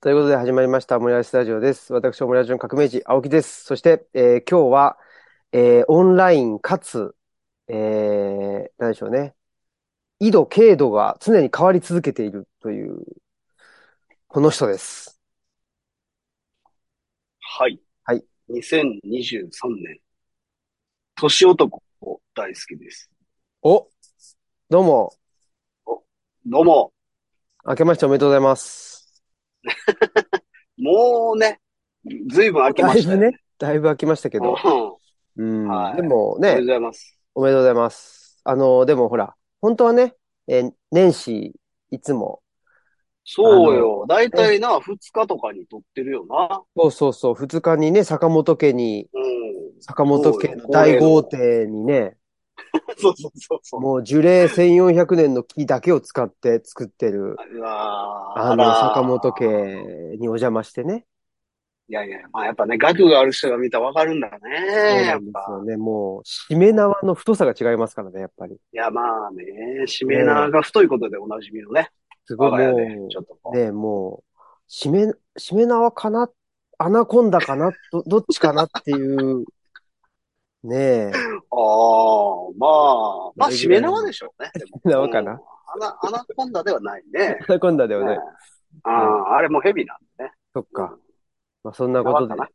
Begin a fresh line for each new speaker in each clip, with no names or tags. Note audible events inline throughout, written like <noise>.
ということで始まりました、オムライスタジオです。私、オムライスの革命児、青木です。そして、えー今日は、えーオンラインかつ、えー、何でしょうね。緯度、経度が常に変わり続けているという、この人です。
はい。
はい。
2023年。年男大好きです。
おどうも、
どうも、
明けましておめでとうございます。
もうね、ずいぶん明けま
だい
した
ぶ
よ。
ね、だいぶ飽きましたけ
うん。
ど。
お
うん。
はい
でも
め
ね
でとうご、ざいます。
おめでとうございます。あの、でもほら、本当はね、えー年始、いつも、
そうよ。だいたいな、2日とかに撮ってるよな。
そうそうそう、2日にね、坂本家に、
うん。
坂本家の大豪邸にね、
そうそうそうそう。
もう樹齢1400年の木だけを使って作ってる、
うわー
あの、坂本。家
らー
にお邪魔してね。
いやいや、まあやっぱね、額がある人が見たらわかるんだね。
そう
や
な
っ
んです
ぱ。
よね。もう、しめ縄の太さが違いますからね、やっぱり。
いや、まあね、しめ縄が太いことでおなじみのね。
すご
我が
い、
家
も
で、ちょっとこ
う、
う。
ね、もう、しめ、しめ縄かなアナコンダかなど、どっちかなっていう、ね <laughs> え、
ああ、まあ、まあ、しめ縄でしょうね。
め縄かな
うんアナ、アナコンダではないね。
アナコンダだよ
ね
ね。
ああ、あれもヘビなんでね。
そっか。まあ、そんなことで
縄か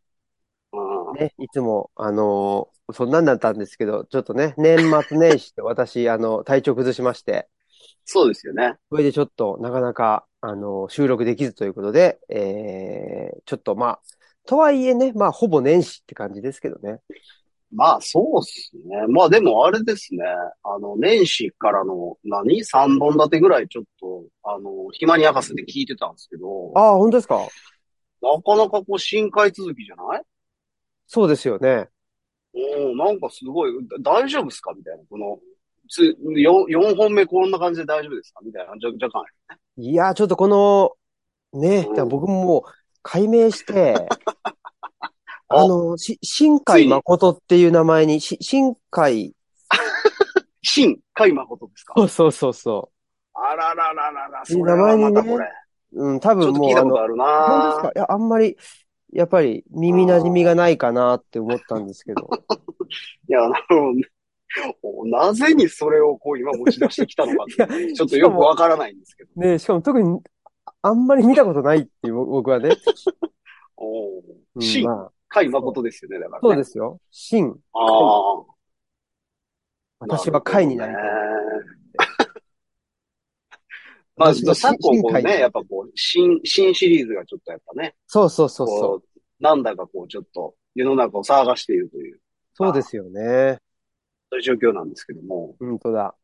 な。うん。
ね、いつも、あのーそんなんだったんですけど、ちょっとね、年末年始って私、あの、体調崩しまして、
そうですよね。
それでちょっと、なかなか、あのー収録できずということで、えー、ちょっとまあ、とはいえね、まあ、ほぼ年始って感じですけどね。
まあ、そうっすね。まあ、でもあれですね。あの、年始からの、何三本立てぐらいちょっと、あの、暇に明かせて聞いてたんですけど、
ああ、本当ですか
なかなかこう、深海続きじゃない
そうですよね。
うん、なんかすごい、だ大丈夫っすかみたいな。この、つ、4、四本目こんな感じで大丈夫ですかみたいな。じゃ若干
いやー、ちょっとこの、ね、だから僕ももう、解明 <laughs> して、あの、し、新海誠っていう名前に、し、新海、
新海誠ですか
<laughs> そうそうそうそ
あららららら、
いい
それはまたこれ。
う。うん、多
ちょ
分
っと
もう、
聞いた
あ
こ
の
とある
本当ですか
な
いや、あんまり、やっぱり耳馴染みがないかなって思ったんですけど。
いや、あの、なぜにそれをこう今持ち出してきたのかっていうのは、ちょっとよくわからないんですけど。
ねしかも特に、あんまり見たことないっていう、僕はね。
おー
うん
新
まあ
海誠ですよね、だからね。
そうですよ。真、
ああ。
私は貝になり
る
た
ほ
い
ど。ね
<laughs>
まあ、ちょっと昨今こう
深海
ね、やっぱこう、新、新シリーズがちょっとやっぱね、
そうそうそうそ
こ
う。
う、なんだかこう、ちょっと世の中を騒がしているという、
そうですよね。
そういう状況なんですけども。
本当だ。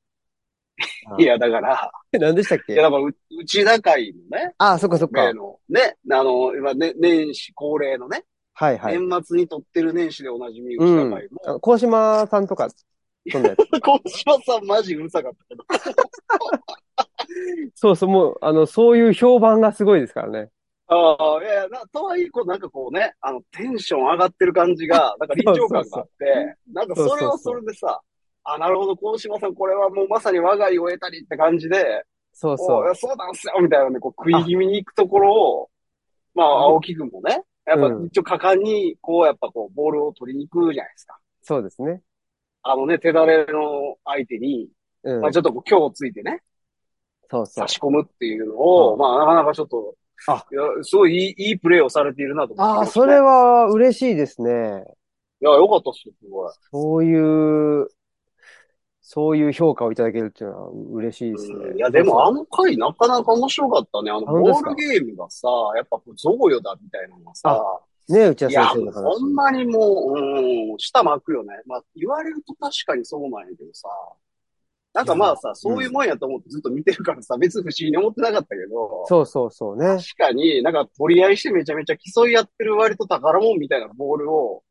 いや、だから、
何でしたっ
い
け
や、だからう、内田会のね、
あそっかそっか
例。の、ね、あの、今ね、年始恒例のね、
はいはい。
年末に撮ってる年始でおなじみ、
う
内
ん
田会も、
あの鴻島さんとか、そんなやつ
<laughs> 小島さんマジうるさかったけど、
<laughs> そうそう、もう、あの、そういう評判がすごいですからね。
ああ、いやいや、な、とはいえ、こう、なんかこうね、あの、テンション上がってる感
<laughs>
じが、なんか臨場感があって、なんかそれはそれでさ、あ、なるほど、小島さん、これはもうまさに我が家を得たりって感じで、
そう
お
そう
いや
う。
そうなんすよ、みたいなね、こう、食い気味に行くところを、まあ、青木くんもね、やっぱ
うん
一応果敢に、こう、やっぱこう、ボールを取りに行くじゃないですか。
そうですね。
あのね、手だれの相手に、
うん
まあ、。ちょっとこう、今日ついてね、
そうそう
差。し込むっていうのを、
うん
まあ、なかなかちょっと、
あ
いや、すごいいい、いいプレーをされているなと思って
あ
ま
あ、
した
それは嬉しいですね。
いや、よかったっすよ、すごい。
そういう、そういう評価をいただけるっていうのは嬉しいです
う
ね
ん。いや、でもあの回なかなか面白かったね。あの、
本当で
ボ
す
ー
か
ルゲームがさ、やっぱ贈与だみたいなのがさ、
ね、内田
いや、
先生の話
ほ。んまにもう、うん、舌巻くよね。まあ、言われると確かにそうなんやけどさ、なんかまあさ、そういうもんやと思ってずっと見てるからさ、別に不思議に思ってなかったけど、
そうそうそうね
確。かになんか取り合いしてめちゃめちゃ競い合ってる割と宝物みたいなボールを、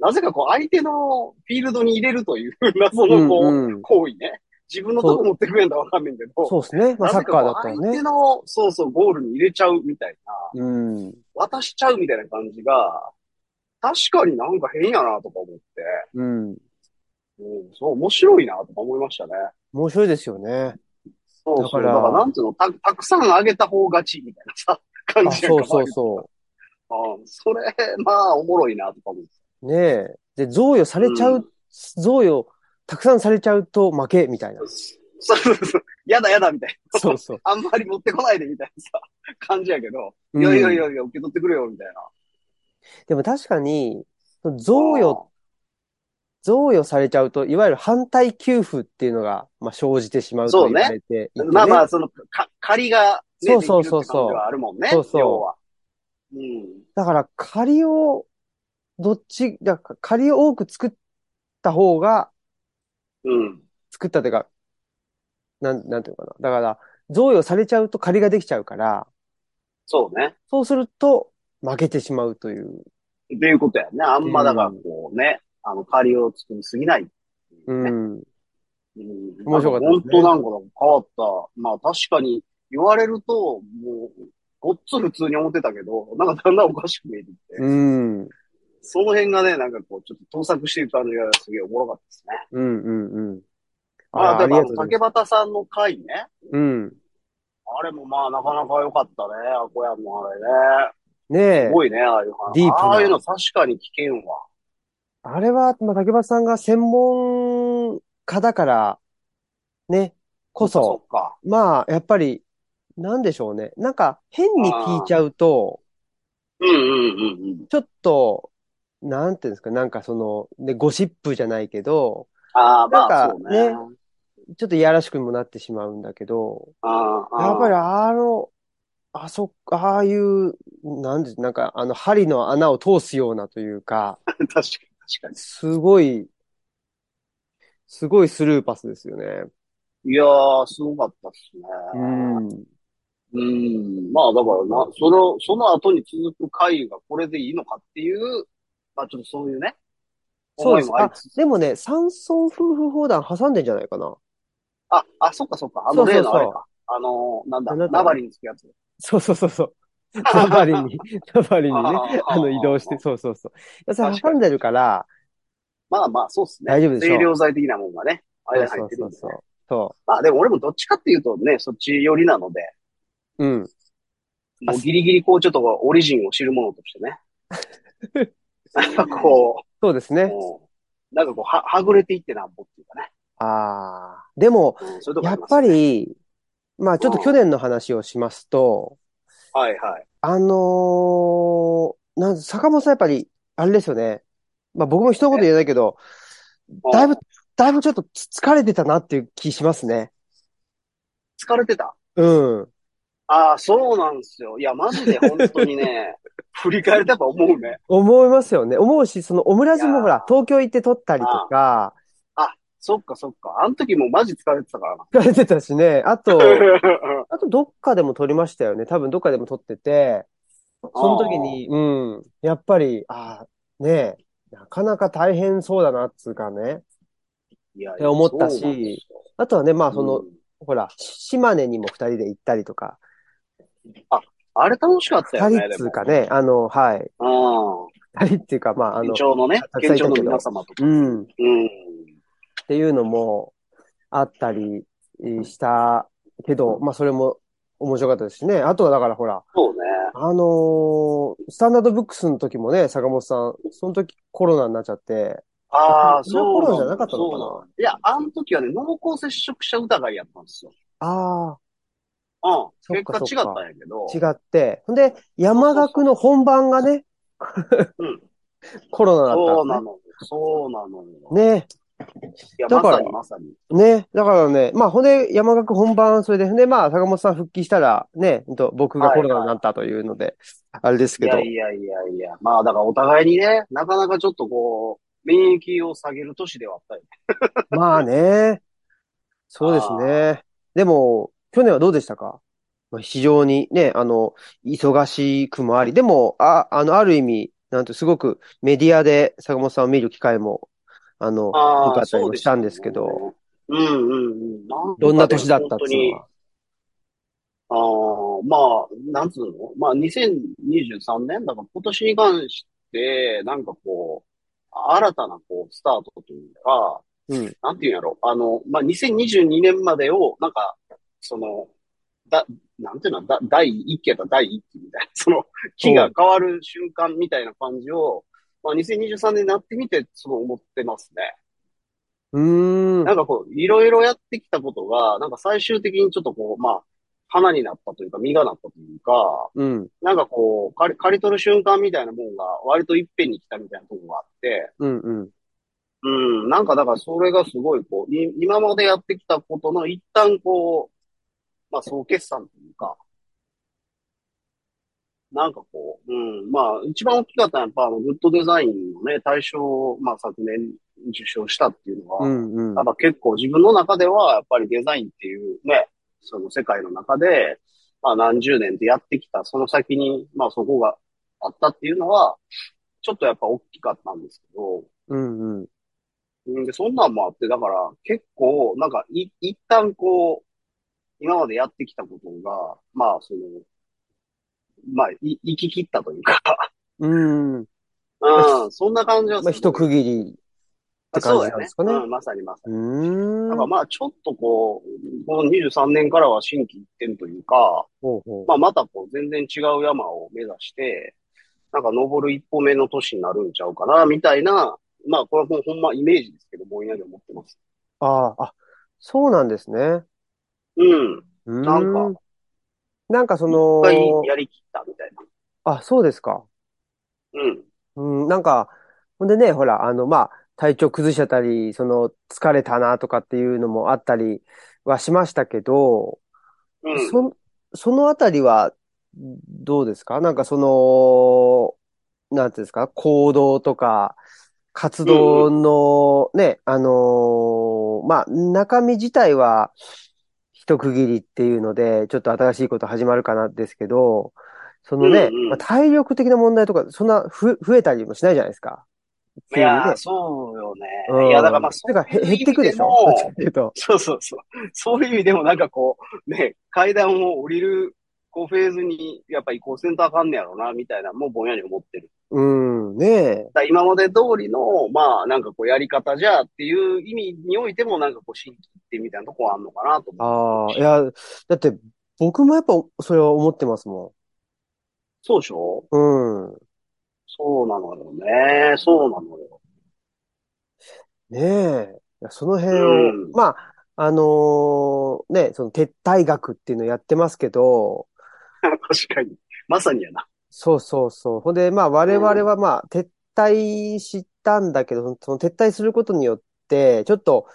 なぜかこう相手のフィールドに入れるという <laughs> 謎
う
のこう、
んうん。
行為ね。自分のとこ持ってくれんだわかんないけど、
そうですね。まあ、サ
なぜ
ッカーだっ
か
たら
相手
ね。
の、そうそう、ゴールに入れちゃうみたいな、
うん。
渡しちゃうみたいな感じが、確かになんか変やなとか思って、
うん。
うん、そう、面白いなとか思いましたね。
面白いですよね。
そうそ
だ
う。
か
だ
ら
から、なんつうの、た、たくさんあげた方勝ちみたいなさ、感
あ、
じやん
そう
か。
そうそ
あーそれ、 <laughs> まあ、おもろいな、とか思って。
う。ねえ。で、贈与されちゃ
う
う、贈与、たくさんされちゃうと負け、みたいな。
そうそうそう。やだやだ、みたいな。
そうそう。
あんまり持ってこないで、みたいなさ、感じやけど。
うん
<laughs> いやいやいやいや、受け取ってくれよ、みたいな。
でも確かに、その贈与、贈与されちゃうと、いわゆる反対給付っていうのが、まあ、生じてしまうと言われてい
あ
て
ー
ね
まあまあ、その、か、借りが、ね、
そうそうそうそう
できるって感じはあるもんね。
そうそう
要は。うん。
だから、仮を、どっち、だから仮を多く作った方が、
うん。
作ったというか、なん、なんていうのかな。だから、贈与されちゃうと仮ができちゃうから、
そうね。
そうすると、負けてしまうという。
っていうことやね。あんま、だから、こうね、あの、借りを作りすぎない。 <laughs>
うん。
うん
面白かったですね
本当なんか変わった。まあ確かに言われると、もう、ごっつ普通に思ってたけど、なんかだんだんおかしく見えてきて、
うん。うん、
その辺がね、なんかこう、ちょっと盗作していく感じがすげえおもろかったですね。
うん、うん。
まあ、
ー
でもあ
ご
の、
ざい
竹
ます。
俣さんの回ね。
うん。
あれもまあなかなか良かったね。あこやもあれね。
ねえ
す。ごいね、ああいう話。
ディープな
ああいうの確かに危険わ。
あれは、まあ、竹橋さんが専門家だから、ね、こ
そ
そ、
っか。
まあ、やっぱり、なんでしょうね。なんか、変に聞いちゃうと、
うんうんうんうん。
ちょっと、なんていうんですか、なんかその、ね、ゴシップじゃないけど、
ああ、まあ
なんか
そうね。
ねちょっといやらしくもなってしまうんだけど、
ああ、
やっぱり
ああ
あの、あそ、ああいう、なんで、なんか、あの、針の穴を通すようなというか、
<laughs> 確かに確かに。
すごい、すごいスルーパスですよね。
いやー、すごかったっすね。
うん。
うん。まあ、だからな、その、その後に続く回がこれでいいのかっていう、まあ、ちょっとそういうね、
そう
思
で
い
す。
もあり
あ
つ、つ。
でもね、山村夫婦砲弾挟んでんじゃないかな。
あ、あ、そっかそっか。あの例
そうそうそ
の
う
あれか。あのー、なんだ、
あなた
ナバリにつくやつ。
そうそうそうそう。ナバリに、ナバリにね、あの移動して、そうそうそう。いや、それ
確か
挟
に
んでるから、
まあまあ、そうっすね。
大丈夫でしょう
清涼剤的なもんがね、あれに入
そ
っ
う
て
そ
るん
う
で、ね。
そうそう。そ
まあ、でも俺もどっちかっていうとね、そっち寄りなので、
う。うん。
もうギリギリこう、ちょっとオリジンを知るものとしてね。
<laughs>
なんかこ
そうです
う、
ね。
もうなんかこう、は、はぐれていってなんぼっていうかね。
ああ。でも、
うん、そういうとこ
や
あ
っ
ります
ぱ
よね。
り、まあちょっと去年の話をしますと、
はいはい。
あのーなん、坂本さんやっぱり、あれですよね。まあ僕も一言言えないけど、だいぶ、だいぶちょっと疲れてたなっていう気しますね。
疲れてた
うん。
ああ、そうなんですよ。いや、マジで本当
<laughs>
にね、振り返れたら思うね。
思いますよね。思うし、そのオムラジ
いや
も
ー
ほら、東京行って撮ったりとか、
そっかそっか。あの時もうマジ疲れてたからな。
疲れてたしね。あ <laughs> と、
うん
あとどっかでも撮りましたよね。多分どっかでも撮ってて、その時に、うん、やっぱり、ああ、ねえ、なかなか大変そうだな、っつうかね。
<laughs> いや
って思ったし
そうなんですよ
あとはね、まあその、
うん
ほら、島根にも二人で行ったりとか、
あれ楽しかったよ
二
ね。
人っつうかね、あの、はい、
でも。
二人っていうか、まああ
うん。県
の、
庁のね
た、くさん
県
いたけど
庁の皆様とか。
うん、
うん。
っていうのもあったりえーしたけど、まあそれも面白かったですしね。あとはだからほら、
そうね。
あのースタンダードブックスの時もね、坂本さん、その時コロナになっちゃって、
ああ、
それは
そ
コ
う
ロナ
な
じゃ
ん
なかったのかな
そうなんいや、あの時はね、濃厚接触者疑いやったんですよ。
ああ、
うん。
そっ
結
か
果違
そ
っ
っか
たんやけど。
違って。ほんで、山岳の本番がね、
うん。
コロナ
そう
だ
な
っ
の。そうなのよ。
たね。
いや、
だ
ま
から
さにまさに。
ね。ね。だからね、まあほんで、山岳本番、それで、ほんで、まあ坂本さん復帰したら、ね、ほんと僕がコロナになったというので、あれです
い
けど
や。いやいやいや。まあ、だからお互いにね、なかなかちょっとこう、免疫を下げる年ではあったよね。
まあね。そうですね。でも、去年はどうでしたかまあ非常にね、あの、忙しくもあり、でも、あ、あの、ある意味、なんとすごくメディアで坂本さんを見る機会も、あの、
あ
多か
あ、
ったり
そう
も
で
したん
ね
ですけど、。
うんうんうん。
どんな
かで
年だったっ
本当
ていう
に
の、は。
ああ、まあ、なんつうのまあ、2023年、だから今年に関して、なんかこう、新たなこう、スタートというか、
うん。
なんていうんやろ、あの、まあ、2022年までを、なんか、その、だ、なんていうの、だ第1期やったら第1期みたいな、 <laughs> その、期が変わる瞬間みたいな感じを、まあ、2023年になってみて、すごい思ってますね。
うーん。
なんかこう、いろいろやってきたことが、なんか最終的にちょっとこう、まあ、花になったというか、実がなったというか、
うん。
なんかこう、刈り刈り取る瞬間みたいなもんが、割といっぺんに来たみたいなとこがあって、
うん。うん。
うん、なんかだからそれがすごいこう、い今までやってきたことの一旦こう、まあ総決算というか、なんかこう、うん、まあ一番大きかったのはやっぱあのグッドデザインのね、大賞を、まあ昨年受賞したっていうのは、
うん。うん
た。だ結構自分の中ではやっぱりデザインっていうね、その世界の中で、まあ何十年でやってきた、その先に、まあそこがあったっていうのは、ちょっとやっぱ大きかったんですけど、
うん。うん。
うんで、そんなんもあって、だから結構、なんかい、一旦こう、今までやってきたことが、まあ、その、まあ、い、行き切ったというか、
うん。
うん、 <laughs> そんな感じは
まあ、
す
一
る。
区切りって感
そう
じな
だよ
ん
ね
ですかね。
うん、まさにまさ
う
に。
ー
だ
ん。
からまあ、ちょっとこう、この23年からは新規一点というか、
ほうほう。
まあ、またこう、全然違う山を目指して、なんか登る一歩目の年になるんちゃうかな、みたいな、まあ、これはもうほんまイメージですけど、ぼんやり思ってます。
ああ、あ、そうなんですね。う
うん。
ーん。
なんか、
なんかそ
一
の、
回やりきったみたいな。
あ、そうですか。
うん。
うん、なんか、ほんでね、ほら、あの、まあ、体調崩しちゃったり、その、疲れたなとかっていうのもあったりはしましたけど、
うん。
そ、そのあたりは、どうですかなんかその、なんていうんですか行動とか、活動のね、あのーまあ、中身自体は、一区切りっていうので、ちょっと新しいこと始まるかなですけど、そのね、
うんうん
まあ体力的な問題とか、そんなふ、増えたりもしないじゃないですか。
いやー
急にね
そうよね
うん。。
いや、だからまあ、
てか、へ
そういう
減
意
って
味
くで
で
しょ
も
どっちかっていうと。
<laughs> そうそうそう。そういう意味でもなんかこう、ね、階段を降りる、こう、フェーズに、やっぱ移行せんとあかんねやろな、みたいな、もうぼんやり思ってる。
うん、ねえ。
だから今まで通りの、まあ、なんかこう、やり方じゃっていう意味においても、なんかこう、新規ってみたいなとこはあんのかなと思う。
ああ、いや、だって、僕もやっぱ、それは思ってますもん。
そうでしょ
うん。
そうなのよね。そうなのよ。
ねえ。いやその辺
う
を
ん、
まあ、あのーね、その撤退学っていうのやってますけど、
確かに。まさにやな。
そうそうそう。ほんで、まあ、我々はまあ、撤退したんだけど、そのその撤退することによって、ちょっと、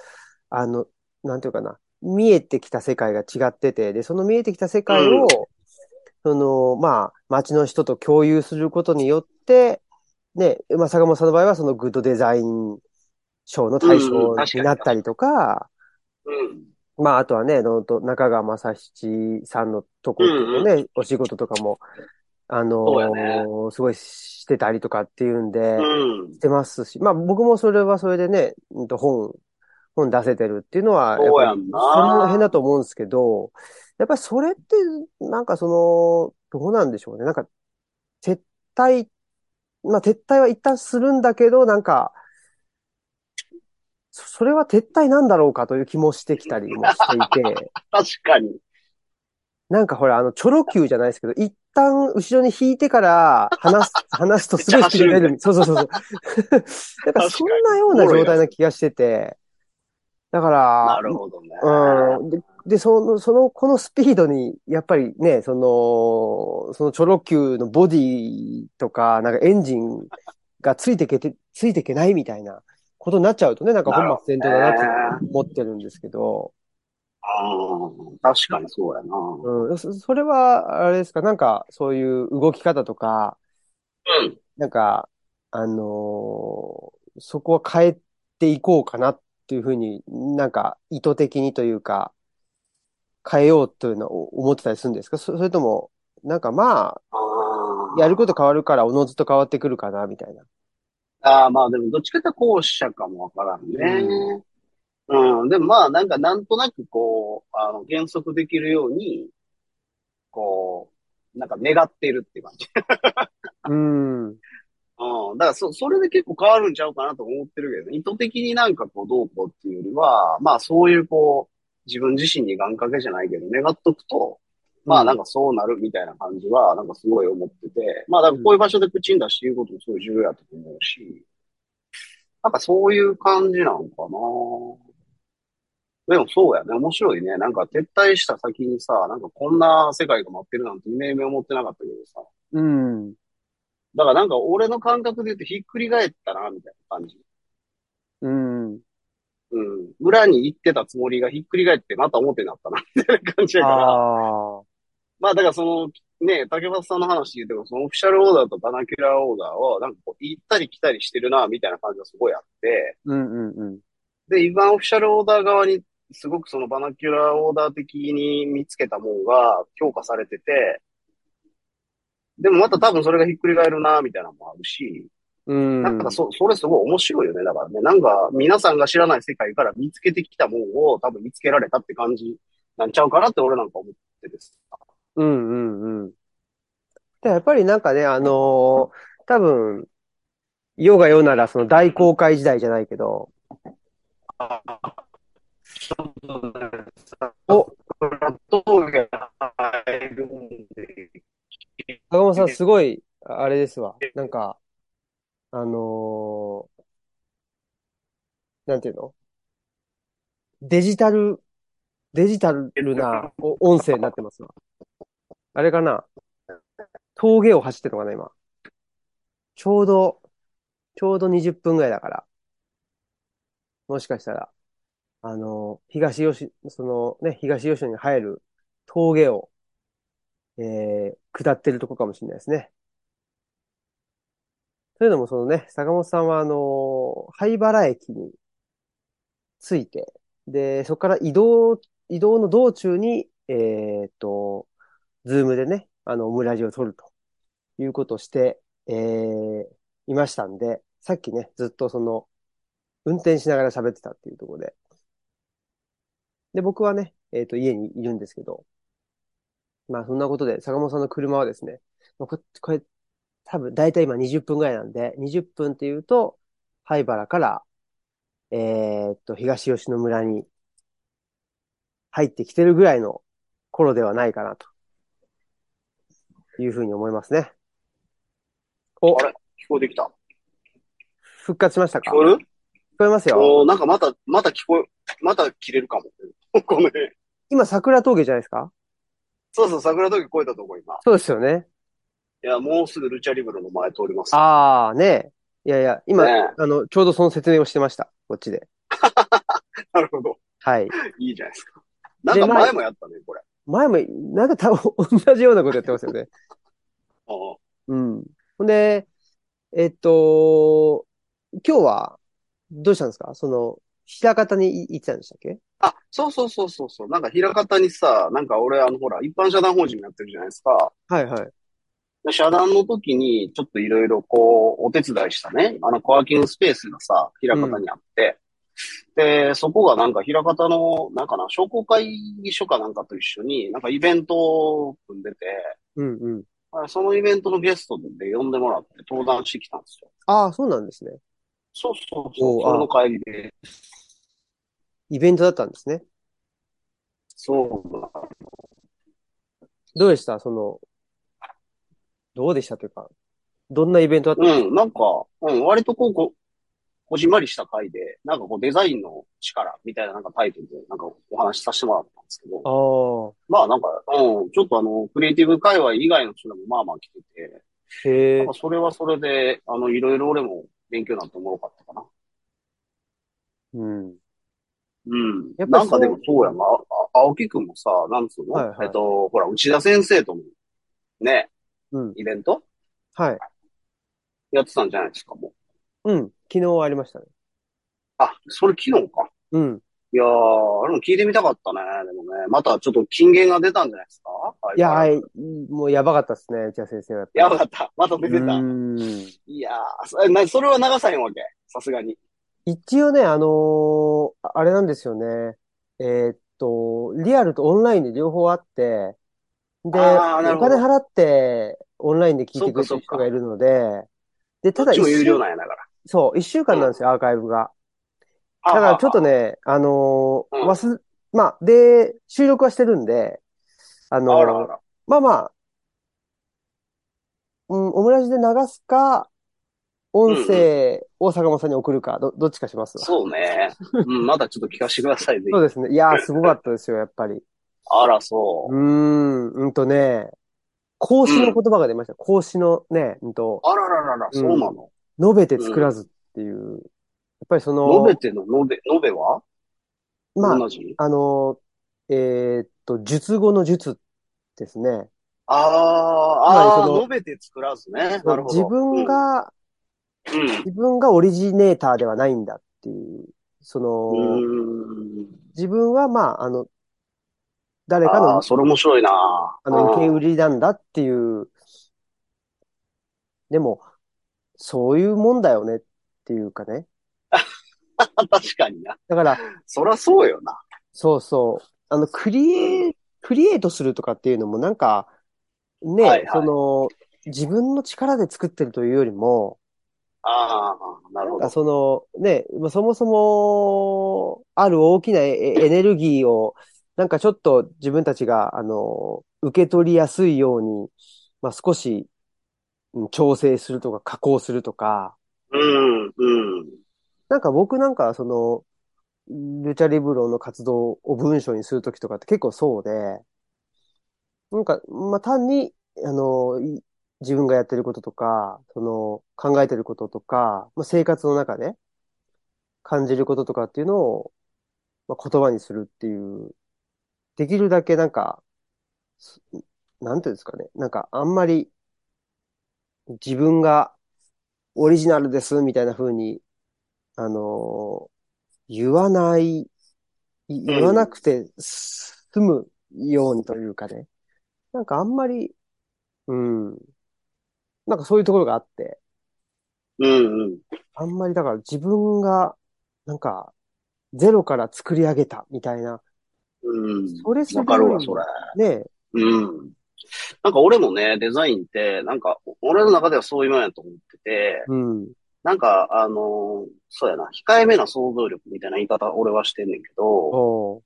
あの、なんていうかな、見えてきた世界が違ってて、で、その見えてきた世界
う
を
ん、
その、まあ、街の人と共有することによって、ね、まあ、坂本さんの場合は、そのグッドデザイン賞の対
うんう
象
ん確か
に
に
なったりとか、
うん。
まあ、あとはね、どんと中川正七さんのとこっていうのね、お仕事とかも、あの
そうや
ーすごいしてたりとかっていうんで、
うん
し。てますし、まあ、僕もそれはそれでね、うんと本、本出せてるっていうのは、
そう
や
や
っぱり
んな
それも変だと思うんですけど、やっぱりそれって、なんかその、どうなんでしょうね。なんか、撤退、まあ、撤退は一旦するんだけど、なんか、そそれは撤退なんだろうかという気もしてきたりもしていて、
確かに。
なんかほら、あの、チョロ Q じゃないですけど、一旦後ろに引いてから話
<laughs>
す、話すとすごいスピード出るみ。そうそうそうそう。
<laughs>
なんかそんなような状態な気がしてて、だから、
なるほどね。
うん。で、でその、その、このスピードに、やっぱりね、その、そのチョロ Q のボディとか、なんかエンジンがついてけて、ついてけないみたいなことになっちゃうとね、なんか本末転倒だなって思ってるんですけど、
ああ、確かにそうやな。う
うん、そ、それは、あれですか、なんか、そういう動き方とか、
ん。
なんか、あのーそこは変えていこうかなっていうふうになんか意図的にというか、変えようというのを思ってたりするんですかそ、それとも、なんかま
あ
あ、
あ。
やること変わるからおのずと変わってくるかな、みたいな。
ああ、まあでも、どっちかというと後者かもわからんね。うん。でもまあ、なんか、なんとなくこう、あの、減速できるように、こう、なんか願っているっていう感じ。
うん。
うん。だから、そ、それで結構変わるんちゃうかなと思ってるけどね。意図的になんかこう、どうこうっていうよりは、まあ、そういうこう、自分自身に願掛けじゃないけど、願っとくと、まあなんかそうなるみたいな感じは、なんかすごい思ってて、まあだからこういう場所で口に出して言うこともすごい重要やと思うし、なんかそういう感じなのかなでもそうやね。面白いね。なんか撤退した先にさ、なんかこんな世界が待ってるなんて夢夢思ってなかったけどさ。
うん。
だからなんか俺の感覚で言うとひっくり返ったな、みたいな感じ。
うん。
うん。村に行ってたつもりがひっくり返ってまた表になったな、みたいな感じやから。
ああ。
まあだからその、ね、竹松さんの話で言うと、そのオフィシャルオーダーとバナキュラーオーダーを、なんかこう、行ったり来たりしてるな、みたいな感じがすごいあって、
うんうんうん。
で、一番オフィシャルオーダー側に、すごくそのバナキュラーオーダー的に見つけたもんが強化されてて、でもまた多分それがひっくり返るな、みたいなのもあるし、
うん。
なんかそ、それすごい面白いよね。だからね、なんか皆さんが知らない世界から見つけてきたもんを多分見つけられたって感じなんちゃうかなって俺なんか思ってです。
うんうんうん。で、やっぱりなんかね、あのー多分、世が世ならその大航海時代じゃないけど、お坂本さんすごい、あれですわ。なんか、あのーなんていうのデジタル、デジタルなお音声になってますわ。あれかな峠を走ってるのかな、今。ちょうど、ちょうど20分ぐらいだから。もしかしたら、あのー東吉、そのね、東吉野に入る峠を、えー、下ってるとこかもしれないですね。というのも、そのね、坂本さんは、あの、灰原駅に着いて、で、そこから移動、移動の道中に、えーっと、ズームでね、あの、オムラジを撮るということをして、えー、いましたんで、さっきね、ずっとその、運転しながら喋ってたっていうところで。で、僕はね、えーっと、家にいるんですけど、まあ、そんなことで、坂本さんの車はですね、まあここれ、多分、だいたい今20分ぐらいなんで、20分っていうと、灰原から、えーっと、東吉野村に入ってきてるぐらいの頃ではないかな、というふうに思いますね。お、
あれ聞こえてきた。
復活しました
聞
か
こえる
聞こえますよ。
おーなんかまた、また聞こえ、また切れるかも。 <laughs> ごめん。
今、桜峠じゃないですか
そうそう、桜峠越えたとこ今。
そうですよね。
いや、もうすぐルチャリブロの前通ります。
あー、ねいやいや、今、
ね
あの、ちょうどその説明をしてました。こっちで。
なるほど。
はい。
いいじゃないですか。なんか前もやったね、これ。
前も、なんか多分同じようなことやってますよ <laughs> ね。
ああ
うん。ほんで、えっと、今日は、どうしたんですかその、平方にい行ってたんでしたっけ
あ、そうそうそうそうそう。なんか、平方にさ、なんか俺、あの、ほら、一般社団法人やってるじゃないですか。
はいはい。
で社団の時に、ちょっといろいろこう、お手伝いしたね。あの、コワーキングスペースがさ、平方にあって。で、そこがなんか、平方の、なんかな、商工会議所かなんかと一緒に、なんかイベントを組んでて、
うんうん。
あそのイベントのゲストで呼んでもらって登壇してきたんですよ。
ああ、そうなんですね。
そうそうそ
お
う、
う
それの会議で。
イベントだったんですね。
そうだ。
どうでしたその、どうでしたというか、どんなイベントだったの
うん、なんか、うん、割とこう、こ、こじんまりした回で、なんかこうデザインの力みたいななんかタイトルでなんかお話しさせてもらったんですけど、まあなんか、うん、ちょっとあの、クリエイティブ界隈以外の人でもまあまあ来てて、
ああ、へ
な
え
んか。それはそれで、あの、いろいろ俺も勉強になっておもろかったかな。
うん。
うん。
やっぱ
な
り
んかでもそうやな、ああ青木くんもさ、なんつうの
はいはい
えっと、ほら、内田先生とも、ね、
うん。
イベント
はい。
やってたんじゃないですか、もう。
うん。昨日ありましたね。
あ、それ昨日か。
うん。
いやー、あれも聞いてみたかったね。でもね、またちょっと金言が出たんじゃないですか。
いや、はいい。もうやばかったですね。内田先生はやっぱり。
やばかった。また出てた
う。ん。
いやーそ、なそれは流さへんわけ。さすがに。
一応ね、あのーあれなんですよね。えーっと、リアルとオンラインで両方あって、で、
あーなる
お
ほど
金払ってオンラインで聞いてくれて
そっ
る人
かそっか
がいるので、で、た
こ
だ
っちも
一
有
週
料なんやだから。
そう、一週間なんですよ、アーカイブが。
あ
だからちょっ
と、
とね、あのー
うん
忘れまあ、で、収録はしてるんで、あ
あ
の
らあ
ー
ら。
まあまあ、うん、オムラジで流すか、音声を坂本さんに送るか、ど、どっちかしますわ。
そうね。うん、まだちょっと聞かせてください、ぜひ
そうですね。いやー、すごかったですよ、やっぱり。
あら、
う
そ
ーん、うんとね、孔子の言葉が出ました。孔子のね、うんと、
う。あらららら、そうなの。
述べて作らずっていう、やっぱりそ
述
の、
べての述べ、述べは
まあ、
同じ
あの、えーっと、述語の述ですね。
あ
つまり
あ、あ
そ
あ、
の
述べて作らずね。なるほど。
自分が、
うん、
自分がオリジネーターではないんだっていう、その、
うん。うーん。
自分は、まあ、あの、誰か
ああ、
の、
それ面白いな。
あの、受け
うん
売りなんだっていう、でも、そういうもんだよねっていうかね。
確かにな。
だから、
そらそうよな。
そうそう、あの、クリエ、クリエイトするとかっていうのもなんか、ね、
はいはい
その、自分の力で作ってるというよりも、
ああ、なるほ
あ
ど。
そのね、まあそもそも、ある大きな <laughs> エエネルギーを、なんかちょっと自分たちが、あの、受け取りやすいように、まあ、少し、うん調整するとか、加工するとか、
うん、うん。
なんか僕なんかはその、ルチャリブロの活動を文章にするときとかって結構そうで、なんか、まあ、単に、あの、い自分がやってることとか、その、考えてることとか、まあ、生活の中で感じることとかっていうのを、まあ、言葉にするっていう、できるだけなんか、すなんていうんですかね、なんかあんまり自分がオリジナルですみたいな風に、あの言わない、い言わなくて済むようにというかね、なんかあんまり、うん、なんかそういうところがあって、
うん、うん。
あんまりだから自分が、なんか、ゼロから作り上げたみたいな、
うん。
それす
わかる
ご
わ、
い
それ。
ねえ、
うん。なんか俺もね、デザインって、なんか、俺の中ではそういうもんやと思ってて、
うん、
なんか、あのーそうやな、控えめな想像力みたいな言い方俺はしてんねんけど、
おう、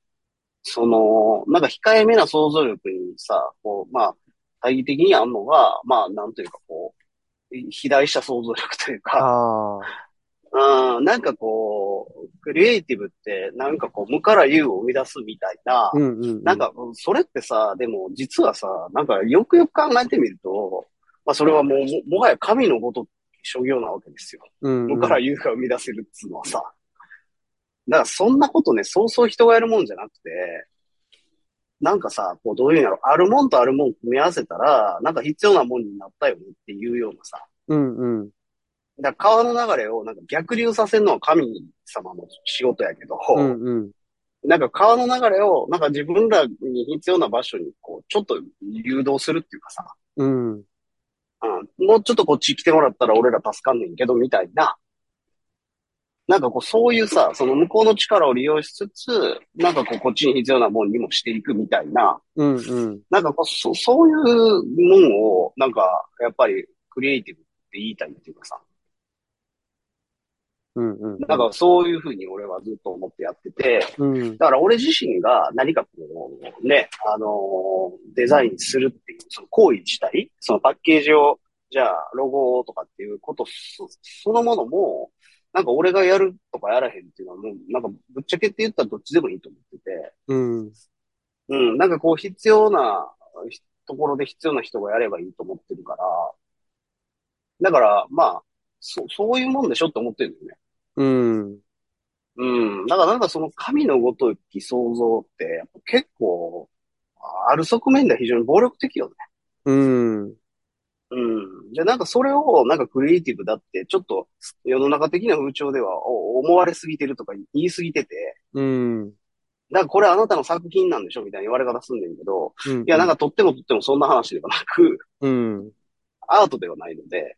その、なんか控えめな想像力にさ、こう、まあ、大義的にあんのが、まあ、なんというかこう、肥大した想像力というか、
ああ、
うん、なんかこう、クリエイティブって、なんかこう、無から有を生み出すみたいな
う、ん、うん、
なんか、それってさ、でも実はさ、なんかよくよく考えてみると、まあそれはもう、も、もはや神のごとき所業なわけですよ。
うん、うん、
無から有が生み出せるっつうのはさ。だからそんなことね、そうそう人がやるもんじゃなくて、なんかさ、こうどういうんやろ、あるもんとあるもん組み合わせたら、なんか必要なもんになったよねっていうようなさ、
うん、うん、
だから川の流れをなんか逆流させるのは神様の仕事やけど、
うん、うん、
なんか川の流れをなんか自分らに必要な場所にこうちょっと誘導するっていうかさ、
うん、
うん、もうちょっとこっち来てもらったら俺ら助かんねんけどみたいな、なんかこうそういうさ、その向こうの力を利用しつつ、なんかこうこっちに必要なもんにもしていくみたいな、
うん、うん、
なんかこうそ、そういうもんをなんかやっぱりクリエイティブって言いたいっていうかさ、
うん、うん、
なんかそういうふうに俺はずっと思ってやってて、
うん、
だから俺自身が何かこう、ね、あのーデザインするっていう、その行為自体、そのパッケージを、じゃあ、ロゴをとかっていうことそ、そのものも、なんか俺がやるとかやらへんっていうのはもう、なんかぶっちゃけって言ったらどっちでもいいと思ってて、
うん、
うん、なんかこう必要なひところで必要な人がやればいいと思ってるから、だから、まあ、そ、そういうもんでしょって思ってるんだよね。
うん、
うん。だからなんかその神のごとき創造って、やっぱ結構、ある側面では非常に暴力的よね。
うん、
うん。じゃあなんかそれを、なんかクリエイティブだって、ちょっと世の中的な風潮ではお思われすぎてるとか言いすぎてて、
うん、
だからこれあなたの作品なんでしょみたいな言われ方すんねんけど、
うん、
いやなんかとってもとってもそんな話ではなく、
うん、
アートではないので、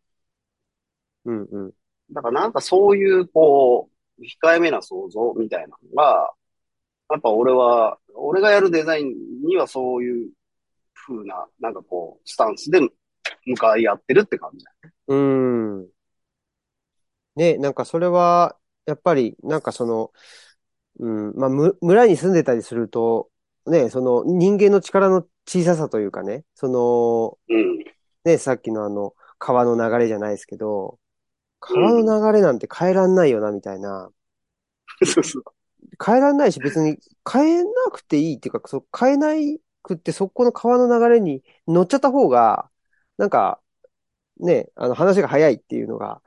うん、うん、
だからなんかそういう、こう、控えめな想像みたいなのが、やっぱ俺は、俺がやるデザインにはそういう風な、なんかこう、スタンスで向かい合ってるって感じだ。
うん。ね、なんかそれは、やっぱり、なんかその、うん、まあ、む、村に住んでたりすると、ね、その人間の力の小ささというかね、そ
うん。
の、ね、さっきのあの、川の流れじゃないですけど、川の流れなんて変えらんないよな、みたいな。
そうそう。
変えらんないし、別に変えなくていいっていうか、そう変えなくって、そこの川の流れに乗っちゃった方が、なんか、ね、あの話が早いっていうのが、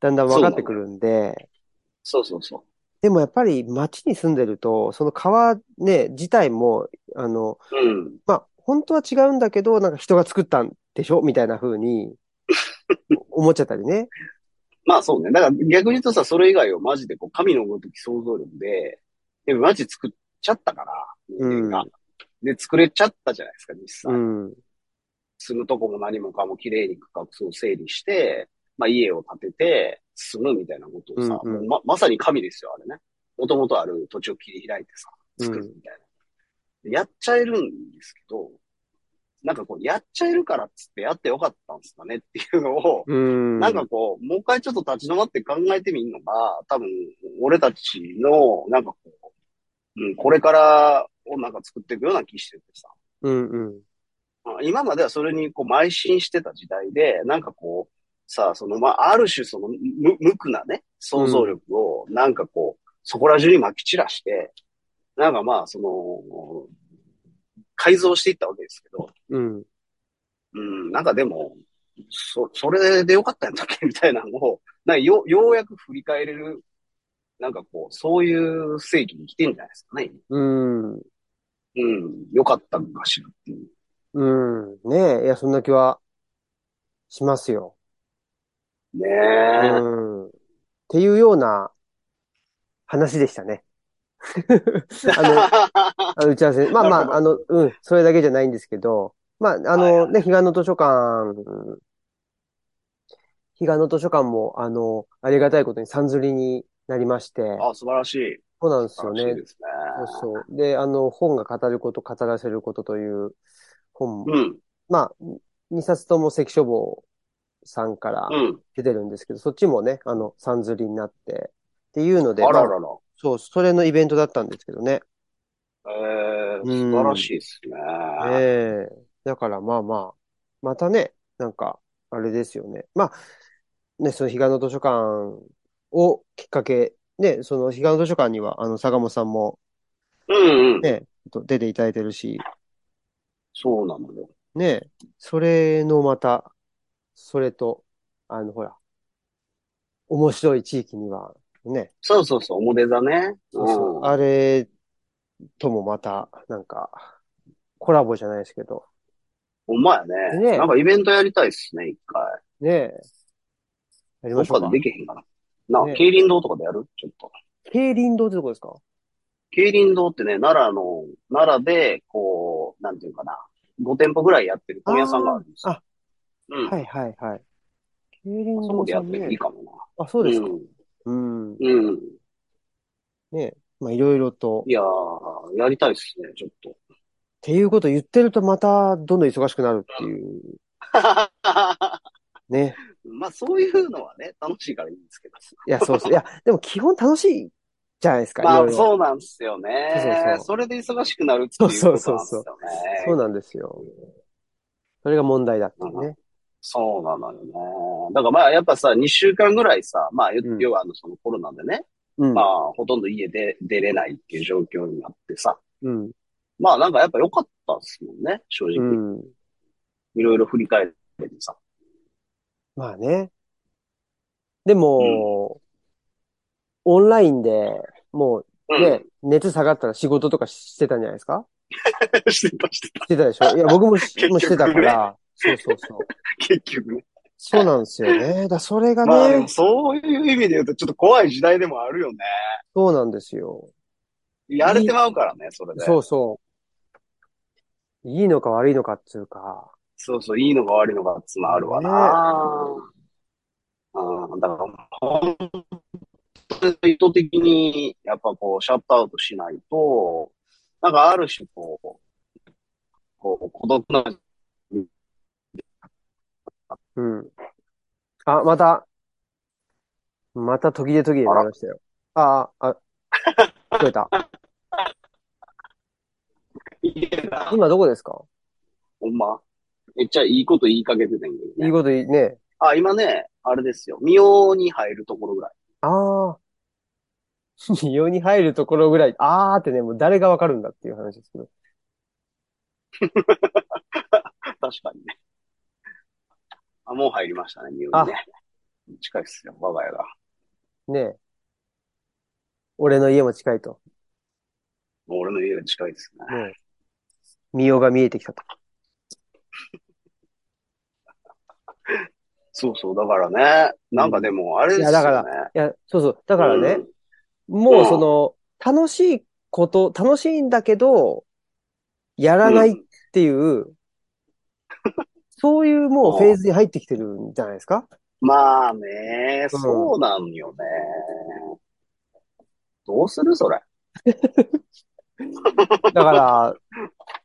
だんだん分かってくるんで、
<laughs> そうそうそう。
でもやっぱり街に住んでると、その川ね、自体も、あの、
うん。
まあ、本当は違うんだけど、なんか人が作ったんでしょみたいな風
<laughs>
に、思っちゃったりね。
まあそうね。だから逆に言うとさ、それ以外をマジでこう、神のごとき想像力で、でもマジ作っちゃったから、人間が。で、作れちゃったじゃないですか、実際。
うん。
住むとこも何もかも綺麗に区画を整理して、まあ家を建てて住むみたいなことをさ、
うんうん
もうま、まさに神ですよ、あれね。もともとある土地を切り開いてさ、作るみたいな。やっちゃえるんですけど、なんかこう、やっちゃえるからっつってやってよかったんですかねっていうのを、
うん。
なんかこう、もう一回ちょっと立ち止まって考えてみるのが、多分、俺たちの、なんかこう、うん、これからをなんか作っていくような気しててさ、
うんうん。
まあ今まではそれにこう邁進してた時代で、なんかこう、さあ、その、まあ、ある種その無、無垢なね、想像力を、なんかこう、そこら中に撒き散らして、なんかまあ、その、改造していったわけですけど、
うん。
うん、なんかでも、そ、それでよかったんだっけみたいなのを、なんかよ、ようやく振り返れる、なんかこう、そういう世紀に来てんじゃないですかね。
うん。
うん、よかったのかしらっていう。
うん。ねえ、いや、そんな気はしますよ。
ね
う
え。
ん。っていうような話でしたね。 <laughs>
<laughs>
あの、打ち合わせ。まあまあ、あ
な
の、うん、それだけじゃないんですけど、まあ、あ
はいは
の、
い
ね、彼岸の図書館、彼岸の図書館も、あの、ありがたいことにさんずりになりまして、
あ、素晴らしい。
そうなんです
素
よ
晴らしい
ね。
ですね。
そうそう。で、あの、本が語ること、語らせることという本も
うん、
まあ、2冊とも関書房さんから
うん。
出てるんですけど、そっちもね、あの、さんずりになって、っていうので、
あら
まあ
らら。
そう、それのイベントだったんですけどね。
えー、
うん
素晴らしいですね。
ええだからまあまあ、またね、なんか、あれですよね。まあ、ね、その彼岸の図書館をきっかけ、ね、その彼岸の図書館には、あの、坂本さんも
うんうん。
ね、出ていただいてるし、
そうなのよ。
ね、それのまた、それと、あの、ほら、面白い地域には、ね、
そうそうそう、表だね。
そうそう
うん
あれともまた、なんか、コラボじゃないですけど、
ほんまやね。
ね
なんかイベントやりたいっすね、一回。
ね、やり
ど
ま
っ
しょう
か
か
で。できへんかな。なあ、
ね
競輪堂とかでやるちょっと。
競輪堂ってとこですか
競輪堂ってね、奈良の、奈良で、こう、なんていうかな。5店舗ぐらいやってる本屋さんがあるんですよ。
あ
うん。
はいはいはい。競輪
そ
堂
こでや
さ
っ
ん
てもい
ね
い。かもな。
あ、そうですか。
ん。
うん。
うん。
ね。まあ、いろいろと。っ
いやー、やりたいっすね、ちょっと。
ていうこと言ってるとまた、どんどん忙しくなるっていう。ね。
まあそういうのはね、楽しいからいいんですけど。
いや、そうそう。いや、でも基本楽しいじゃないですか。い
ま
ろ
あ
いろ。
そうなんですよ
そうそう
ね
そ。う
それで忙しくなるっていうことなんですよね。
そうそうなんですよ。それが問題だっていうね。
そうなのよね。だからまあやっぱさ、2週間ぐらいさ、まあ要
うん
要はあのそのコロナでね、
うん
ま。あほとんど家で出れないっていう状況になってさ、
うん。
まあなんかやっぱ良かったっすもんね、正
う
直。
ん。
いろいろ振り返ってさ。
まあね。でも、オンラインで、も
う。
うん
<laughs>
ね、熱下がったら仕事とかしてたんじゃないですか
してたしてた。
してたでし
<laughs>
ょいや、僕もし、
結局ね
もうしてたから。そうそうそう。
結局ね。
そうなんですよね。だ、それが
まあで
ね
も、そういう意味で言うとちょっと怖い時代でもあるよね。
そうなんですよ。
やれてまうからね、それで。
そうそう。いいのか悪いのかっていうか。
そうそう、いいのが悪いのがっつうのあるわな。うん、だから、本当に意図的に、やっぱこう、シャットアウトしないと、なんかある種こう、こう、孤独な、
うん。あ、また、また途切れ途切れになりま <laughs> したよ。ああ、あ、聞こえた。今どこですか
ほんま。めっちゃいいこと言いかけてたんやけど
いい
ね。
こといいね。
あ、今ね、あれですよ。ミオに入るところぐらい。
ああ。 <laughs> 世に入るところぐらい、あーってね、もう誰がわかるんだっていう話ですけど。
確かにね。あ、もう入りましたね、ミオにね。近いっすよ、我が家が。
ねえ。俺の家も近いと。
もう俺の家が近いですね。
見ようが見えてきたと。
そうそう、だからね。なんかでも、あれですよね。
いやだからいや、そうそう。だからね、
うん
もうその、楽しいこと、楽しいんだけど、やらないっていう、そういう
<laughs>
もうフェーズに入ってきてるんじゃないですか
まあね、そうなんよね。どうするそれ。
だから、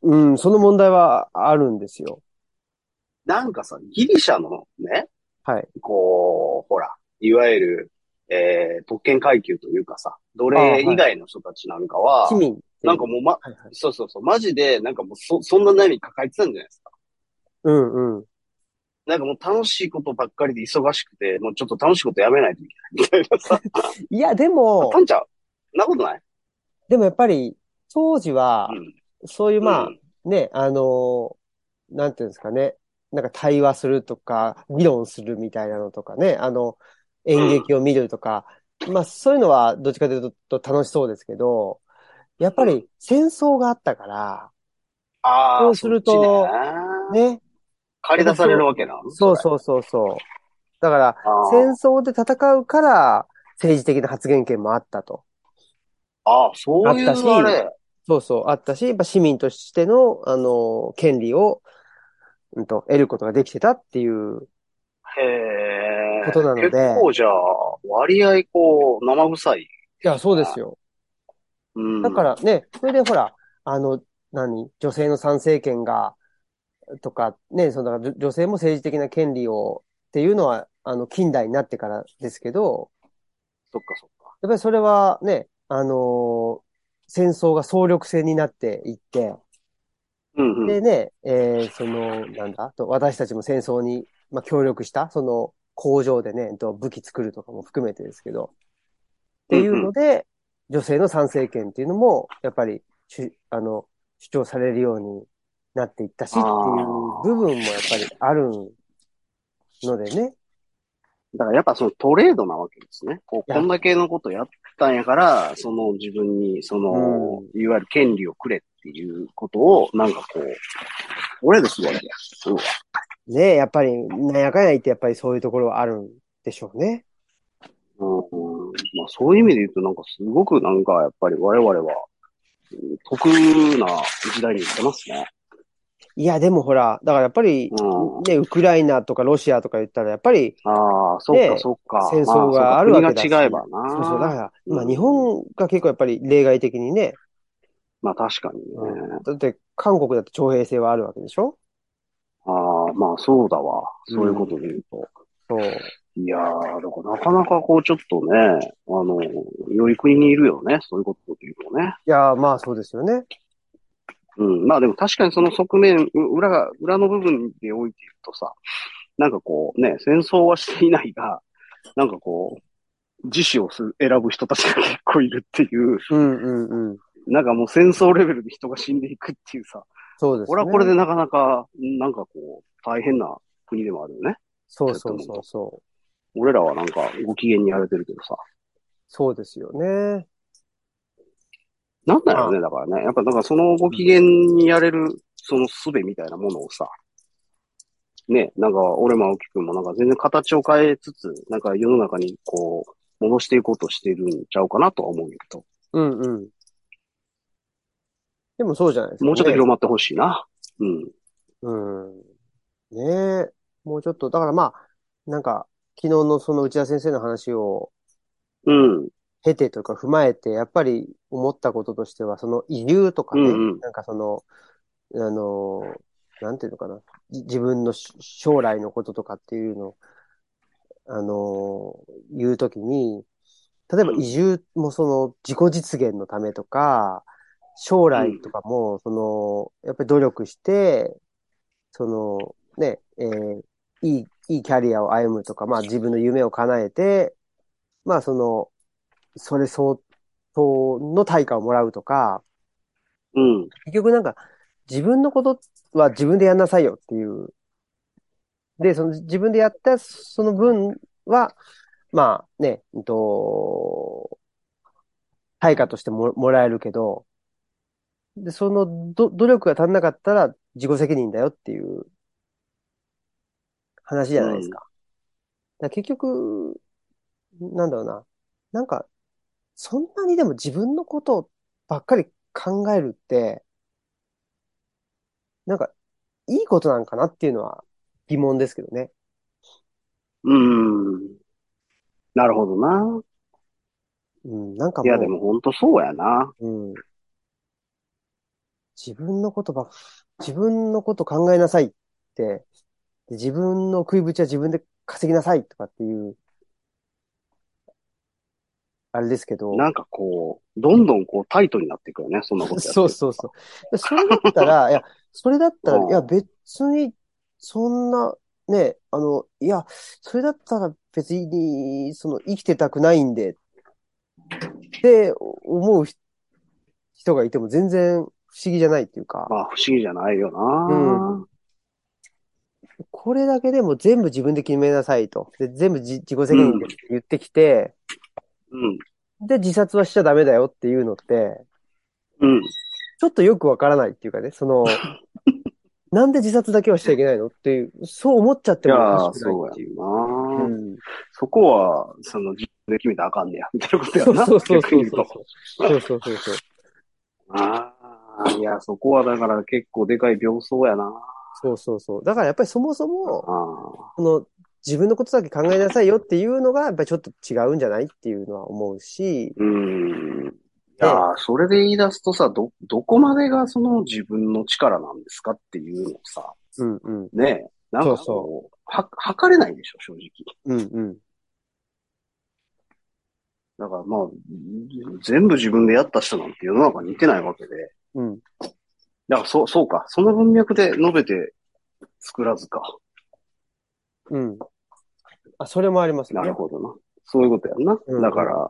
うん、その問題はあるんですよ。
なんかさ、ギリシャのね、
はい。
こう、ほら、いわゆる、えー、特権階級というかさ、奴
ああは
隷
い
以外の人たちなんかは、
市民っていう
なんかもうま、
はいはい。
そうそうそう、マジで、なんかもうそ、そんな悩み抱えてたんじゃないですか。
うんうん。
なんかもう楽しいことばっかりで忙しくて、もうちょっと楽しいことやめないといけないみたいなさ。
いや、で
あ
も
た、んちゃん、そんなことない。
でもやっぱり、当時は、そういううんまあ
う、ん
ね、あのーなんていうんですかね、なんか対話するとか、議論するみたいなのとかね、あの、演劇を見るとか、まあそういうのはどっちかというと楽しそうですけど、やっぱり戦争があったから、
ああ、
そうすると
そっちね、
ね、
借り出されるわけな。
そう
う。
そうそうそう。だから、
あー
戦争で戦うから、政治的な発言権もあったと。
ああ、そういう
あったし
あれ。
そうそう、あったし、やっぱ市民としての、あのー権利を、うんと、得ることができてたっていう
へえ。
ことなので
結構じゃあ、割合こう、生臭い。
いや、そうですよ。
うん。
だからね、それでほら、あの、何、女性の参政権が、とか、ね、その、だから女女性も政治的な権利を、っていうのは、あの、近代になってからですけど、
そっかそっか。
やっぱりそれはね、あのー戦争が総力戦になっていって、
うんうん。
でね、えーその、なんだ、と私たちも戦争に、まあ、協力した、その、工場でね、と武器作るとかも含めてですけど、っていうので、女性の参政権っていうのも、やっぱり、主あの、主張されるようになっていったし、っていう部分もやっぱりあるのでね。
だからやっぱそのトレードなわけですね。こう、
いや
こんだけのことやったんやから、その自分に、その、いわゆる権利をくれっていうことを、なんかこう、トレードするわけや。そう。
ねえ、やっぱり、なんやかんや言って、やっぱりそういうところはあるんでしょうね。
うんまあ、そういう意味で言うと、なんかすごくなんかやっぱり我々は、うん得な時代に行ってますね。
いや、でもほら、だからやっぱり、
うん
ね、ウクライナとかロシアとか言ったら、やっぱり、
ああ、そっ
ね
か
え
そっか。
戦
ま
争がある
そうか
わけだし。
国が違えばな。
そうそう。だから、まあ
うん
日本が結構やっぱり例外的にね、
まあ確かにね。
だって韓国だって徴兵制はあるわけでしょ
ああ、まあそうだわ。そういうことで言うと。
そう。
いやー、だからなかなかこうちょっとね、あの、より国にいるよね。そういうことで言うとね。
いやー、まあそうですよね。
うん。まあでも確かにその側面、う裏が、裏の部分でおいて言うとさ、なんかこうね、戦争はしていないが、なんかこう、自死をする選ぶ人たちが結構いるっていう、
うんうんうん。
なんかもう戦争レベルで人が死んでいくっていうさ、
そうですね。
これはこれでなかなか、なんかこう、大変な国でもあるよね。
そうそうそうそう。
俺らはなんかご機嫌にやれてるけどさ。
そうですよね。
なんだろうね、だからね。やっぱなんかそのご機嫌にやれる、その術みたいなものをさ、ね、なんか俺も青木くんもなんか全然形を変えつつ、なんか世の中にこう、戻していこうとしてるんちゃうかなとは思うけど、
うんうん。でもそうじゃないですか、
もうちょっと広まってほしいな。うん。
うん。ねえ。もうちょっと、だからまあ、なんか、昨日のその内田先生の話を
うん。
経てというか踏まえて、やっぱり思ったこととしては、その遺留とかね、
うんうん
なんかその、あの、なんていうのかな、じ自分のし将来のこととかっていうのを、あの、言うときに、例えば移住もその自己実現のためとか、将来とかも、その、やっぱり努力して、その、ね、えーいい、いいキャリアを歩むとか、まあ自分の夢を叶えて、まあその、それ相当の対価をもらうとか、
うん。
結局なんか、自分のことは自分でやんなさいよっていう。で、その自分でやったその分は、まあね、うんと、対価としてももらえるけど、で、そのど努力が足んなかったら自己責任だよっていう話じゃないですか。だから結局、なんだろうな。なんか、そんなにでも自分のことばっかり考えるって、なんか、いいことなんかなっていうのは疑問ですけどね。
うん。なるほどな。
うん、なんか
いや、で
も
も本当そうやな。
う、うん。自分のことばっ、自分のこと考えなさいって、で自分の食いぶちは自分で稼ぎなさいとかっていう、あれですけど、
なんかこう、どんどんこうタイトになっていくよね、そんなことやってると
そうそうそう。それだった
<laughs>
ら、いや、それだった
う
ら、
ん
いや、別に、そんな、ね、あの、いや、それだったら別に、その、生きてたくないんで、って思うひ人がいても全然不思議じゃないっていうか、
まあ不思議じゃないよ
う
な。
これだけでも全部自分で決めなさいと。で、全部じ自己責任でって言ってきて、
うん。
で、自殺はしちゃダメだよっていうのって、
うん。
ちょっとよくわからないっていうかね、その、なんで自殺だけはしちゃいけないのっていう、そう思っちゃっ
い
て
や
もお
ー、
かしくない
そう
っていう。
や
う
な。
ん
そこは、その、自分で決めたらあかんねや、みたいなこと
<laughs>
や
そう
な。
そうそう
逆
そう
に言
そう
と。
そうそうそうそう。
ああ、いや、そこはだから結構でかい病巣やな。
そうそうそう。だからやっぱりそもそも、
あ
この自分のことだけ考えなさいよっていうのが、やっぱりちょっと違うんじゃないっていうのは思うし、
ーうん。いやー、それで言い出すとさ、ど、どこまでがその自分の力なんですかっていうのをさ、
うんうん、
ねえ、なんかこう、
そうそ
は、測れないでしょ、正直。
うんうん。
だからまあ、全部自分でやった人なんて世の中にいてないわけで。
うん、
だからそう、そうか。その文脈で述べて作らずか。
うん。あ、それもありますね
な。るほどな。そういうことやんな。
うん
だから、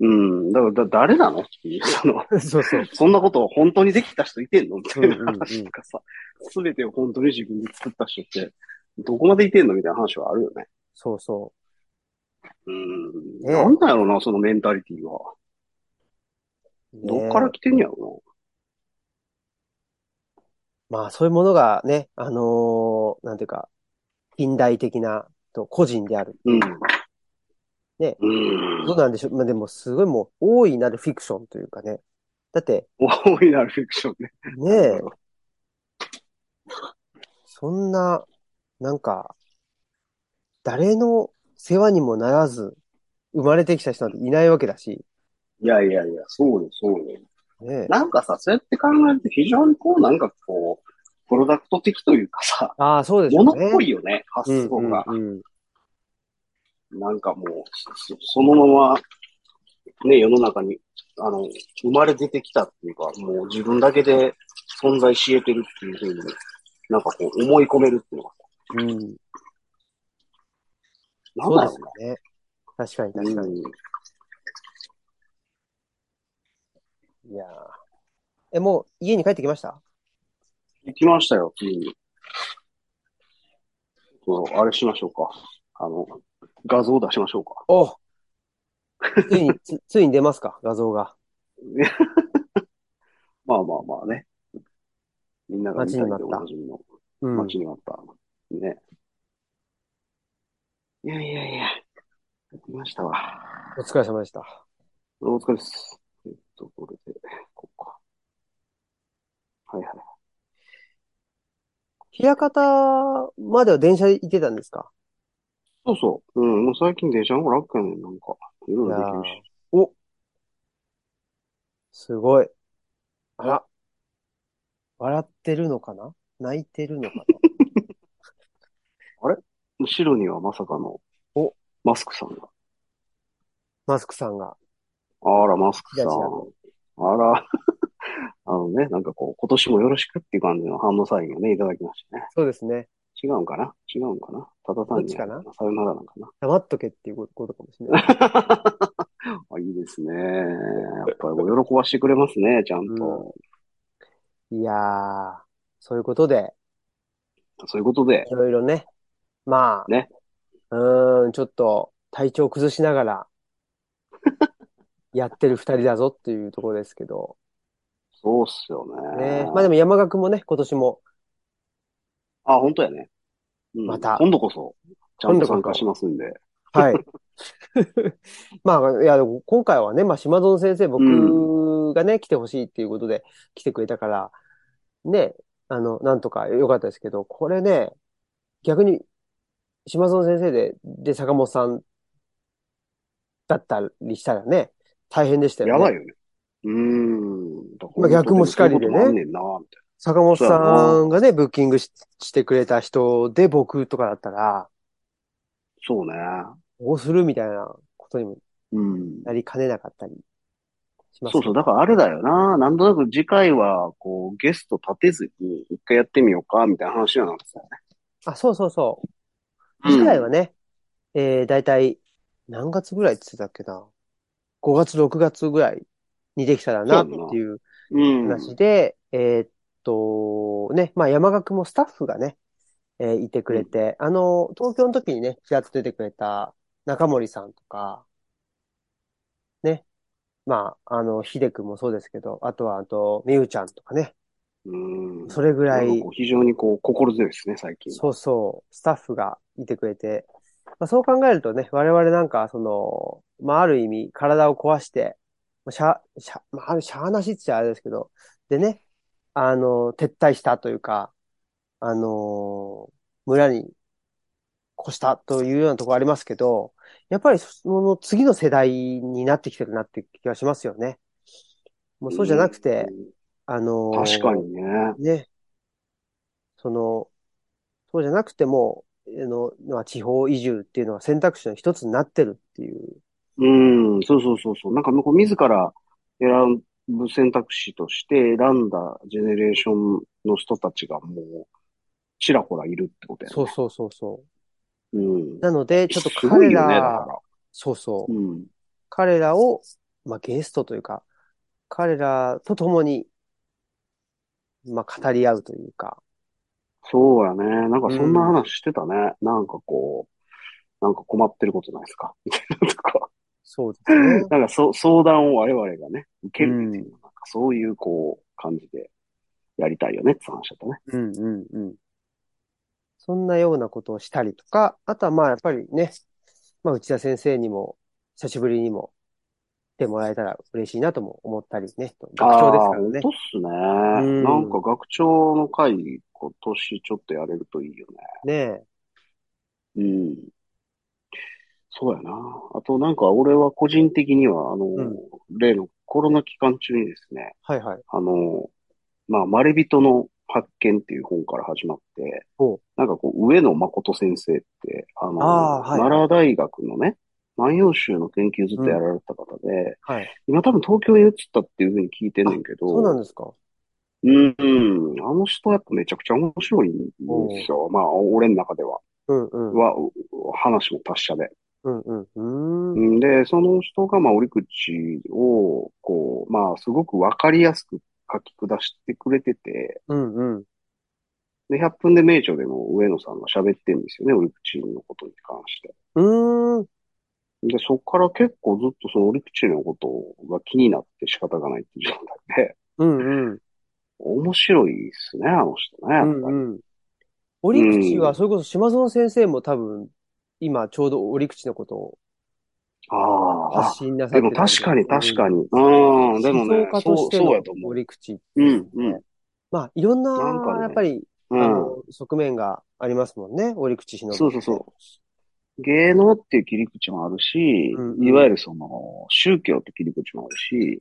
うん、だからだ誰なのっていう、その、
<laughs> そうそう。
そんなことを本当にできた人いてんのみたいな
うんうんうん
話とかさ、すべてを本当に自分で作った人って、どこまでいてんのみたいな話はあるよね。
そうそう
うん。
ねえ
なんだろうな、そのメンタリティは。。
ね
どっから来てんやろ
まあそういうものがね、あのーなんていうか、近代的な、と個人である。
うな。うん。
ね
うん
どう。なんでしょう。まあでもすごいもう大いなるフィクションというかね。だって、
大いなるフィクションね。
ねえ、そんな、なんか、誰の世話にもならず、生まれてきた人なんていないわけだし、
いやいやいや、そうよ、そうよ。
ねえ。
なんかさ、そうやって考えると非常にこう、なんかこう、プロダクト的というかさ、
ああ、そうですよ
物
ね。
っぽいよね、
う
発
ん
想が。
うんうん
なんかもう、そそのまま、ね、世の中に、あの、生まれ出てきたっていうか、もう自分だけで存在し得てるっていうふうに、なんかこう、思い込めるっていうのが、
うん。
なん
そう
だ
で
ろ
すよね。確かに確
う
か
な。
に。
うん
いやーえ、もう家に帰ってきました
行きましたよ、ついに。ちょっとあれしましょうか。あの、画像出しましょうか。 <laughs>
おついに、つ、ついに出ますか画像が。
まあまあまあね。みんなが見たいで
待ちに待
お
った
なじみの
うん。
待ちになった。ね。いやいやいや。やってましたわ。
お疲れ様でした。
お疲れです。えっと、これで、こうか。はいはい。
枚方までは電車で行ってたんですか
そうそう。うん、もう最近電車の方が楽やねん、なんか。いろいろできる
いや
し。
おすごい。あら。笑ってるのかな泣いてるのか
<laughs>
な
後ろにはまさかの、
お
マスクさんが。
マスクさんが。
あら、マスクさん
ちらちら。
あら、 <laughs> ね、なんかこう、今年もよろしくっていう感じの反応サインをね、いただきましたね。
そうですね。
違うんかな違うんかなただ単に、
どっちかな
さよならなんかな
黙っとけっていうことかもしれ
<laughs>
ない。
あいいですね。やっぱりお喜ばしてくれますね、ちゃんと。
いやー、そういうことで、
そういうことで
い、ろいろね、まあ、
ね
うーん、ちょっと体調崩しなが
<laughs>
ら、やってる二人だぞっていうところですけど、
そうっすよね。
ね。まあでも山岳もね、今年も、
あ、本当やね。うん
また
今度こそ、ちゃんと参加しますんで。
はい。 <laughs> まあ、いや、今回はね、まあ、島園先生、僕がね、来てほしいっていうことで来てくれたから、ね、あの、なんとか良かったですけど、これね、逆に、島園先生で、で、坂本さんだったりしたらね、大変でしたよね。
やばいよね。うーん。だから
まあ逆もしかりでね
そういうこともあんねんな、みたい
坂本さんがね、ブッキングししてくれた人で僕とかだったら、
な。そうね。
どうするみたいなことにも
うん。
なりかねなかったりします
そうそう。だからあれだよな。なんとなく次回は、こう、ゲスト立てずに、一回やってみようか、みたいな話にはなってたよね。
あ、そうそうそう。
うん
次回はね、えー、大体、何月ぐらいって言ってたっけな。5月、6月ぐらいにできたらなっていう
うん。
話で、えーっと、ね、まあ山岳もスタッフがね、えーいてくれて、あの、東京の時にね、ちらっと出てくれた中森さんとか、ね、まあ、あの、秀くんもそうですけど、あとは、あと、みゆちゃんとかね、
うん。
それぐら
なん
い
かこう非常にこう、心強いですね、最近。
そうそう、スタッフがいてくれて、まあ、そう考えるとね、我々なんか、その、まあ、ある意味、体を壊して、まあしゃ、しゃ、まあ、あるしゃーなしっちゃあれですけど、でね、あの、撤退したというか、あの村に越したというようなところありますけど、やっぱりその次の世代になってきてるなって気がしますよね。もうそうじゃなくて、あの
うん。確かにね。
ね。その、そうじゃなくても、あの、まあ地方移住っていうのは選択肢の一つになってるっていう。
うん、そうそうそうそう。なんか向こう自ら選ぶ選択肢として選んだジェネレーションの人たちがもう、ちらほらいるってことやね。。
そうそうそうそう
うん
う。。なので、ちょっと
すご
彼
いよね、
ら、
だから。
そうそうう、
ん。
彼らを、まあ、ゲストというか、彼らと共に、まあ、語り合うというか、
そうやね。なんかそんな話してたね。なんかこう、なんか困ってることないですか <laughs> みたいなとか。
そうですね。
なんかそ相談を我々がね、受けるっていうう、なんかそういうこう、感じでやりたいよねって話だったね。
うんうんうん。そんなようなことをしたりとか、あとはまあやっぱりね、まあ内田先生にも、久しぶりにも来てもらえたら嬉しいなとも思ったりね、学長ですからね
あー。本当っすね。
ん
なんか学長の会、今年ちょっとやれるといいよ
ねえ。
ね。うん。そうやな。あとなんか俺は個人的には、あの、
うん
例のコロナ期間中にですね、
はいはい。
あの、まあ、まれびとの発見っていう本から始まって
ほう、
なんかこう、上野誠先生って、あの、
あーはい
奈良大学のね、万葉集の研究ずっとやられてた方で、
はい。
今多分東京に移ったっていうふうに聞いてんねんけど、
そうなんですか。
うん、あの人やっぱめちゃくちゃ面白いんですよ。まあ、俺の中では。
うんうん。
は、話も達者で。
うんうん。うーん。
んで、その人が、まあ、折口を、こう、まあ、すごくわかりやすく書き下してくれてて、
うんうん。
で、100分で名著でも上野さんが喋ってるんですよね、折口のことに関して。
うーん。
で、そこから結構ずっとその折口のことが気になって仕方がないっていう状態で、
うんうん。
面白いですね、あの人ね、や
う
っ
ん
ぱり。
うん。折口は、それこそ島園先生も多分、今ちょうど折口のことを
ああ、
発信なさっ
で
て
も
るの
確かに確かに。
う
うんん、でもね
思想、家と
そ
し
う、
て
そう
の
やと思う。
折口って
う
い
ん、うん、
まあ、いろんな、
なんかね
やっぱり、あ
うん。
の、側面がありますもんね、折口忍。
そうそうそう。芸能っていう切り口もあるし
うん、うん
いわゆるその、宗教って切り口もあるし、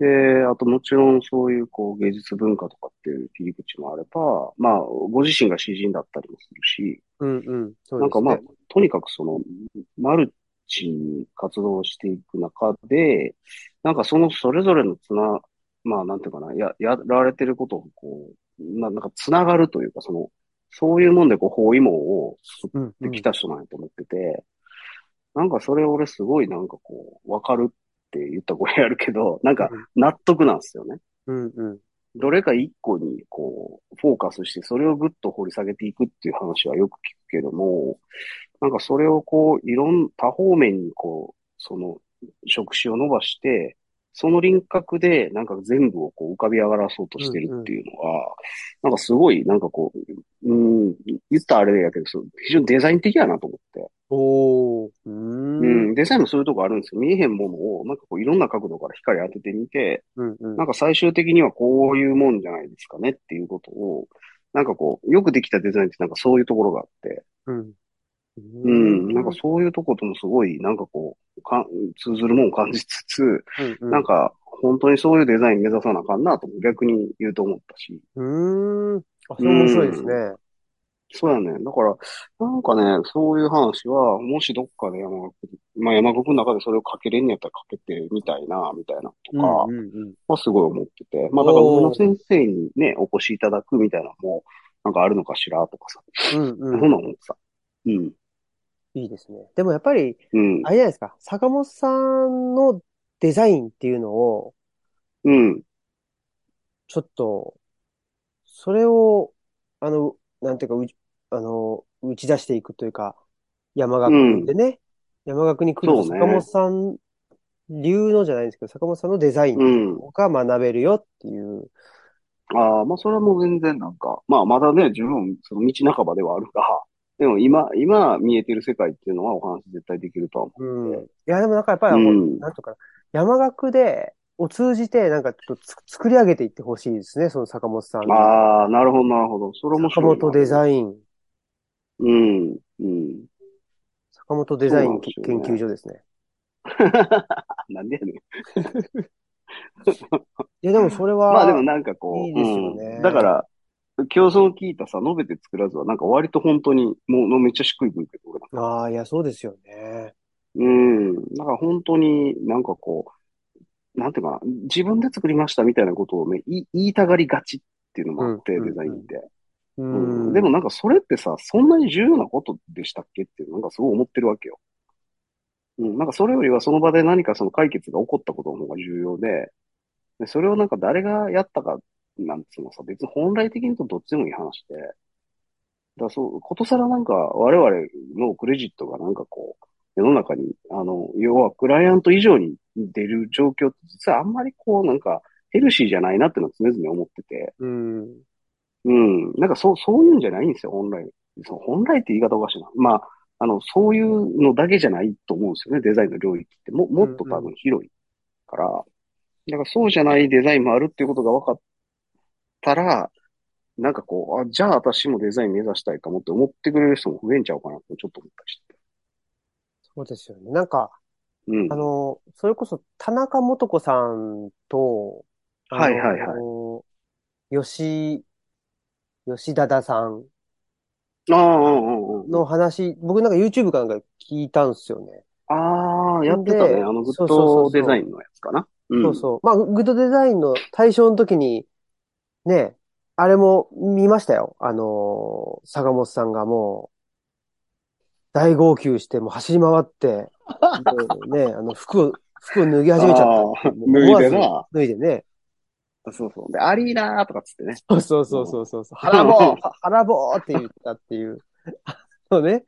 で、あともちろんそういうこう芸術文化とかっていう切り口もあれば、まあ、ご自身が詩人だったりもするし、
う。うんうん。そう
なん
です
か
ね。
まあ、とにかくその、マルチに活動していく中で、なんかそのそれぞれのつなまあ、なんていうかな、や、やられてることを、こう、な、なんか、つながるというか、その、そういうもんで、こう、包囲網を作
うん、う
っ
ん
てきた人なんやと思ってて、なんか、それ俺すごい、なんかこう、わかるって言った声あるけど、なんか、納得なんですよね。
うん、うん。
どれか一個に、こう、フォーカスして、それをぐっと掘り下げていくっていう話はよく聞くけども、なんかそれをこう、いろん、多方面にこう、その、触手を伸ばして、その輪郭で、なんか全部をこう浮かび上がらそうとしてるっていうのは、なんかすごい、なんかこう、うん、言ったらあれやけど、そう非常にデザイン的やなと思って。
おー、うーん、
う
うん、
ん、デザインもそういうとこあるんですよ。見えへんものを、なんかこう、いろんな角度から光当ててみて、
うん
なん。か最終的にはこういうもんじゃないですかねっていうことを、なんかこう、よくできたデザインってなんかそういうところがあって、
うん。
うん、なんか
う
そういうとこともすごい、なんかこう、か通ずるもんを感じつつ、
ーん、
なんか本当にそういうデザイン目指さなあかんなと逆に言うと思ったし、
うーん。あ、それ面白いですね。
そうやね。だから、なんかね、そういう話は、もしどっかで山岳、まあ山岳の中でそれをかけれんのやったらかけてみたいな、みたいなとか、
うん、うん、うん。
はすごい思ってて。まあだから
おー
上野先生にね、お越しいただくみたいなのも、なんかあるのかしらとかさ。
うん、
そ
うんん。
な思ってさ。うん。
いいですね。でもやっぱり、
うん
あ。れじゃないですか。坂本さんのデザインっていうのを、
うん。
ちょっと、それを、あの、なんていうか、うち、あの、打ち出していくというか、山学でね、山学に来ると
そうね
坂本さん流のじゃないんですけど、坂本さんのデザイン
うん。
が学べるよっていう。
ああ、まあそれはもう全然なんか、まあまだね、自分、その道半ばではあるが、でも今、今見えてる世界っていうのはお話絶対できるとは思
うん。いや、でもなんかやっぱり、
う
も
ん
う、なんとかな、山学で、を通じて、なんかちょっとつ作り上げていってほしいですね、その坂本さん
う。
の。
ああ、なるほど、なるほど。それ面
坂
白いな。
本デザイン、
うん。うん。
坂本デザイン
そうなん
研
ですよね
究所ですね。
なんでやねん。
いや、でもそれ
まあで
は
も、なんかこう、
いいですよね
うん、だから、競争を聞いたさ、述べて作らずは、なんか割と本当に、もうめっちゃしっくりくるけど、俺なんか
ああ、いや、そうですよね。
うん。だから本当になんかこう、なんていうかな、自分で作りましたみたいなことをね、い言いたがりがちっていうのもあって、
うんうん
デザインって。
う
うん
ん。
でもなんかそれってさ、そんなに重要なことでしたっけっていう、なんかすごい思ってるわけよ。うん、なんかそれよりはその場で何かその解決が起こったことの方が重要で、で、それをなんか誰がやったか、なんつうのさ、別に本来的に言うとどっちでもいい話で、だからそう、ことさらなんか我々のクレジットがなんかこう、世の中に、あの、要はクライアント以上に出る状況って実はあんまりこうなんかヘルシーじゃないなってのは常々思ってて、
うん。
うん。なんかそう、そういうんじゃないんですよ、本来。そう、本来って言い方おかしいな。まあ、あの、そういうのだけじゃないと思うんですよね、デザインの領域って。も、もっと多分広いから。だからそうじゃないデザインもあるっていうことが分かったら、なんかこう、あ、じゃあ私もデザイン目指したいかもって思ってくれる人も増えんちゃうかなってちょっと思ったりして。
そうですよね。なんか、
うん
あ。の、それこそ田中素子さんと、あの
はいはい
吉、吉田田さん
ああ、うんうんうん。
の話、僕なんか YouTube かなんか聞いたんですよね。
ああ、やってたね。
で
あの、グッ
そうそうそう
ドデザインのやつかな。うん。
そうそう。まあ、グッドデザインの対象の時に、ね、あれも見ましたよ。あの、坂本さんがもう、大号泣して、もう走り回
<laughs>
って、でね、あの、服を、服 <laughs> を脱ぎ始めちゃった。
ああ脱いでな
思わず脱いでね。
そうそう。で、アリーナーとかっつってね。
そうそうそうそう <laughs> そうそう。腹ぼー腹ぼーって言ったっていう。 <laughs> あのね。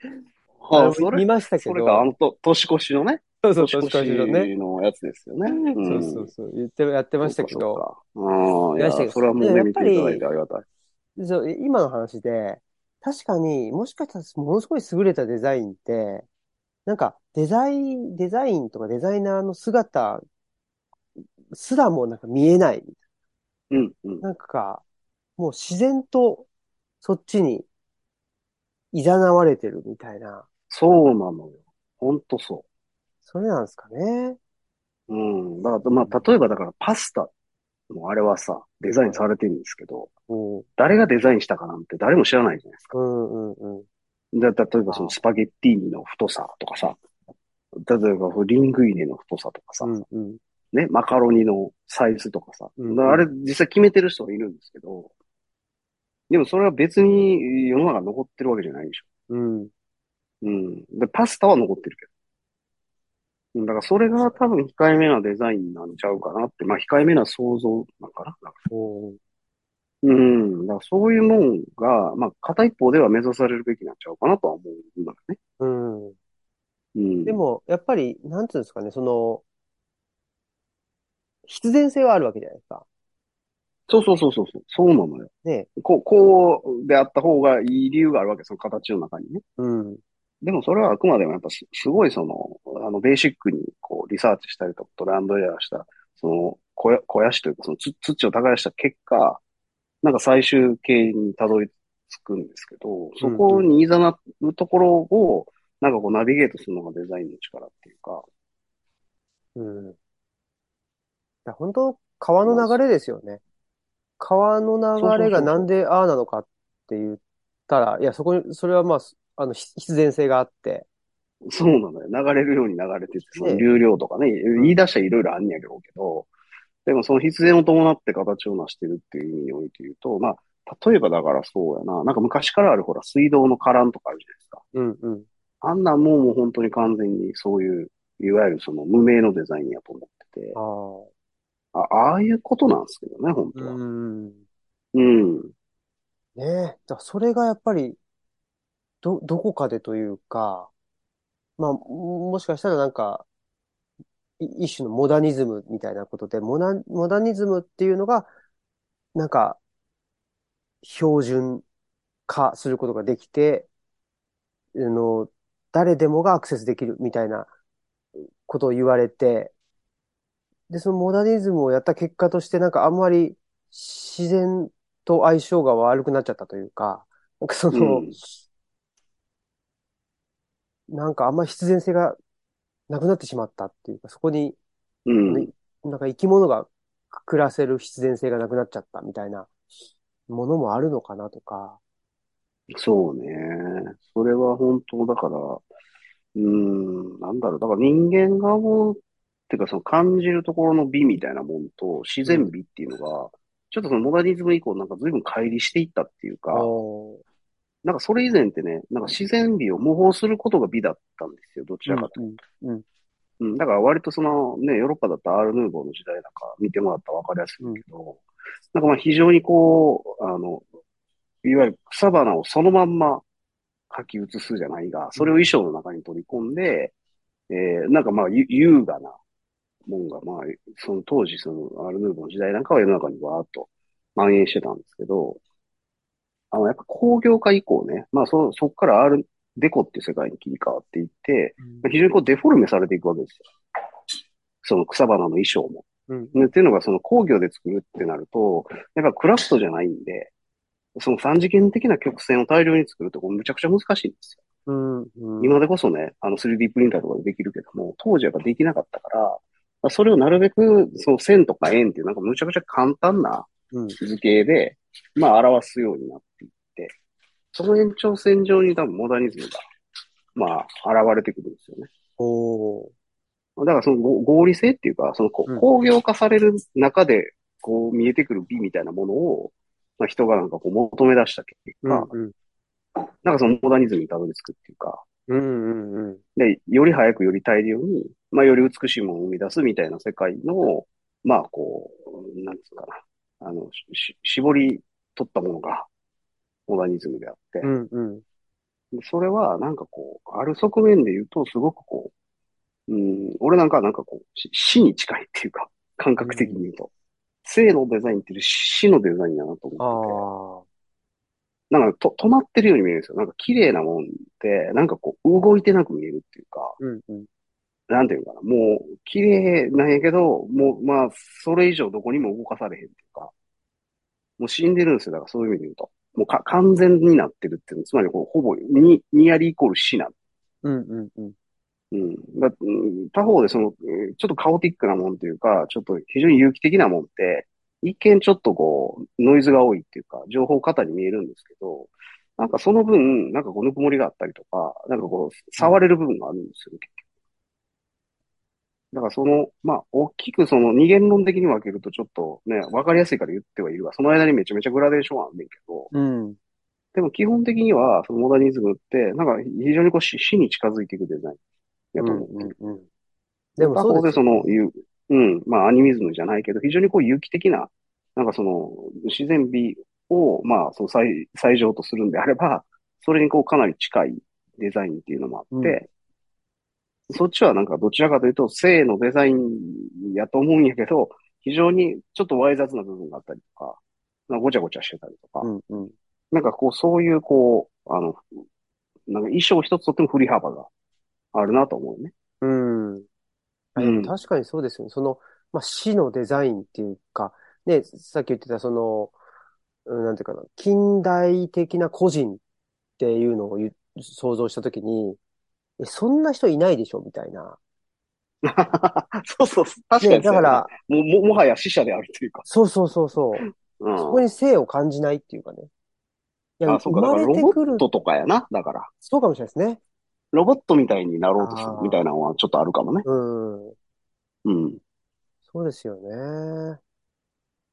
あ
あ
の
あ、それ
見ましたけ
そ
ど。
れがあのと、年越しのね、
そうそう、
年
年
越
越しのね。
しのやつですよね。
そ
うん
うそうそう。言って、やってましたけど。。
そうかそうかああ、
見ました
い
け
や、
ど
それはもう
で
ね、
やっ
見
ぱ
て
り
いただいてありがたい。
そう今の話で、確かにもしかしたらものすごい優れたデザインって、なんかデザイン、デザインとかデザイナーの姿すらもなんか見えない。
うん、うん。
なんか、もう自然とそっちに誘われてるみたいな。
そうなのよ。ほんとそ
それなんですかね。
う。うん。だから、まあ、例えばだから、パスタもあれはさ、デザインされてるんですけど、
うん。
誰がデザインしたかなんて誰も知らないじゃないですか。
うんうんうん。
だ例えば、そのスパゲッティーニの太さとかさ、例えば、リングイネの太さとかさ、
うんうん。
ね、マカロニのサイズとかさ。
うん
だからあれ実際決めてる人はいるんですけど、でもそれは別に世の中残ってるわけじゃないでしょ。
うん。
うん。で、パスタは残ってるけど。うんだからそれが多分控えめなデザインなんちゃうかなって。まあ控えめな想像なんかな。
おー
うん。だからそういうもんが、まあ片一方では目指されるべきなんちゃうかなとは思うんだよね。
うん。
うん。
でも、やっぱり、なんつうんですかね、その、必然性はあるわけじゃないですか。
そうそうそうそうそう。そうなのよ。
ね。
こう、こうであった方がいい理由があるわけ、その形の中にね。
うん。
でもそれはあくまでもやっぱす、すごいその、あの、ベーシックにこう、リサーチしたりとか、トランドエラーした、その、こや、肥やしというか、そのつ土を耕した結果、なんか最終形にたどり着くんですけど、そこにいざなうところを、なんかこう、ナビゲートするのがデザインの力っていうか、
うん。いや、本当川の流れですよね。川の流れがなんでああなのかって言ったら、いや、そこに、それはまあ、あの、ひ必然性があって。
そうなのよ。流れるように流れてて、そ
ええ
の流量とかね、言い出したらいろいろあんねやけど、でもその必然を伴って形を成してるっていう意味において言うと、まあ、例えばだからそうやな、なんか昔からあるほら、水道のカランとかあるじゃないですか。
うん、うん。
あんなんもうもう本当に完全にそういう、いわゆるその無名のデザインやと思ってて、
ああ。
あああいうことなんですけどね、本当は。
うん。ね
うん。
え。だからそれがやっぱり、ど、どこかでというか、まあ、ももしかしたらなんか、い一種のモダニズムみたいなことで、モダ、モダニズムっていうのが、なんか、標準化することができて、あの、誰でもがアクセスできるみたいなことを言われて、で、そのモダニズムをやった結果として、なんかあんまり自然と相性が悪くなっちゃったというか、なんかその、
うん
なんかあんまり必然性がなくなってしまったっていうか、そこに、
うん。
なんか生き物が暮らせる必然性がなくなっちゃったみたいなものもあるのかなとか。
そうね。それは本当だから、うーん、なんだろう。だから人間がもう、てかその感じるところの美みたいなもんと自然美っていうのが、ちょっとそのモダニズム以降なんか随分乖離していったっていうか、
おー
なんかそれ以前ってね、なんか自然美を模倣することが美だったんですよ。どちらかというと。うん、だから割とそのね、ヨーロッパだったアール・ヌーボーの時代なんか見てもらったらわかりやすいんだけど、なんかまあ非常にこう、あの、いわゆる草花をそのまんま書き写すじゃないが、それを衣装の中に取り込んで、えー、なんかまあゆ優雅なもんが、まあ、その当時そのアール・ヌーボーの時代なんかは世の中にわーっと蔓延してたんですけど、あの、やっぱ工業化以降ね、まあそ、そっからアール・デコっていう世界に切り替わっていって、まあ非常にこうデフォルメされていくわけですよ。その草花の衣装も。
うん
ねっていうのがその工業で作るってなると、やっぱクラフトじゃないんで、その三次元的な曲線を大量に作るってこれむちゃくちゃ難しいんですよ。
うんうん
今でこそね、あの 3D プリンターとかでできるけども、当時はやっぱできなかったから、まあそれをなるべく、その線とか円っていうなんかむちゃくちゃ簡単な
うん
図形で、まあ表すようになっていって、その延長線上に多分モダニズムが、まあ現れてくるんですよね。
おー
だからそのご合理性っていうか、そのこ
うん
工業化される中でこう見えてくる美みたいなものを、まあ、人がなんかこう求め出した結
う
果、
んうん
なんかそのモダニズムにたどり着くっていうか、
うんうんうん
で、より早くより大量に、まあより美しいものを生み出すみたいな世界の、まあこう、なんつうかな、あの、しし絞り取ったものがモダニズムであって
う、んうん
でそれは、なんかこう、ある側面で言うと、すごくこう、うん、俺なんかはなんかこう、し死に近いっていうか、感覚的に言うと。生のデザインっていうより死のデザインだなと
あ
思
あ
ってて、なんかと止まってるように見えるんですよ。なんか綺麗なもんって、なんかこう、動いてなく見えるっていうか、
うんうん
なんていうのかな、もう、綺麗なんやけど、もう、まあ、それ以上どこにも動かされへんっていうか、もう死んでるんですよ。だからそういう意味で言うと。もうか、完全になってるっていうの、つまりこう、ほぼ、に、ニアリーイコール死なん
うんうんうん
うん。だ、うん他方でその、えーちょっとカオティックなもんというか、ちょっと非常に有機的なもんって、一見ちょっとこう、ノイズが多いっていうか、情報過多に見えるんですけど、なんかその分、なんかこう、ぬくもりがあったりとか、なんかこう、触れる部分があるんですよね、結局。だからその、まあ、大きくその二元論的に分けるとちょっとね、わかりやすいから言ってはいるが、その間にめちゃめちゃグラデーションはあんねんけど、
うん。
でも基本的には、そのモダニズムって、なんか非常にこう死死に近づいていくデザインやと思う。
うんうんうん。でも
まあ
そう
ここ
で
です
よ
その、ゆうん、まあアニミズムじゃないけど、非常にこう有機的な、なんかその、自然美を、まあ、その最、最上とするんであれば、それにこうかなり近いデザインっていうのもあって、そっちはなんかどちらかというと、性のデザインやと思うんやけど、非常にちょっとわい雑な部分があったりとか、なんかごちゃごちゃしてたりとか
う、んうん。
なんかこう、そういうこう、あの、なんか衣装一つとっても振り幅があるなと思うね。
うん。あで
う
も
ん
確かにそうですよね。その、まあ、死のデザインっていうか、ね、さっき言ってた、その、うんなんていうかな、近代的な個人っていうのをゆ想像したときに、えそんな人いないでしょみたいな。
<laughs> そうそうそう、確か
ね、
に
だ
そ
か
うやな
ら、
もう、も、もはや死者であるというか。
そうそうそうそう。
うん。
そこに性を感じないっていうかね。いや、
あ、そうか、だ
生
か
まれ
らロ
て
ボ
くる
ッ、トとかやな。だから、
そうかもしれないですね。
ロボットみたいになろうとする
あー
みたいなのはちょっとあるかもね。
うん。
うん。
そうですよね。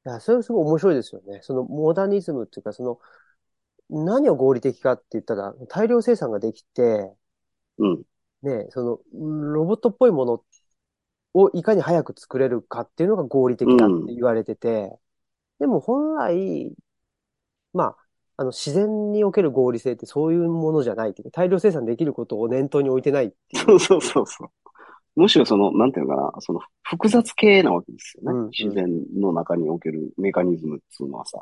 いや、それはすごい面白いですよね。そのモダニズムっていうか、その、何を合理的かって言ったら、大量生産ができて、
うん。
ね、その、ロボットっぽいものをいかに早く作れるかっていうのが合理的だって言われてて、でも本来、まあ、あの、自然における合理性ってそういうものじゃないっていうか、大量生産できることを念頭に置いてないっていう。
そうそうそうそう。むしろその、なんていうのかな、その複雑系なわけですよね。
うんうん
自然の中におけるメカニズムっていうのはさ。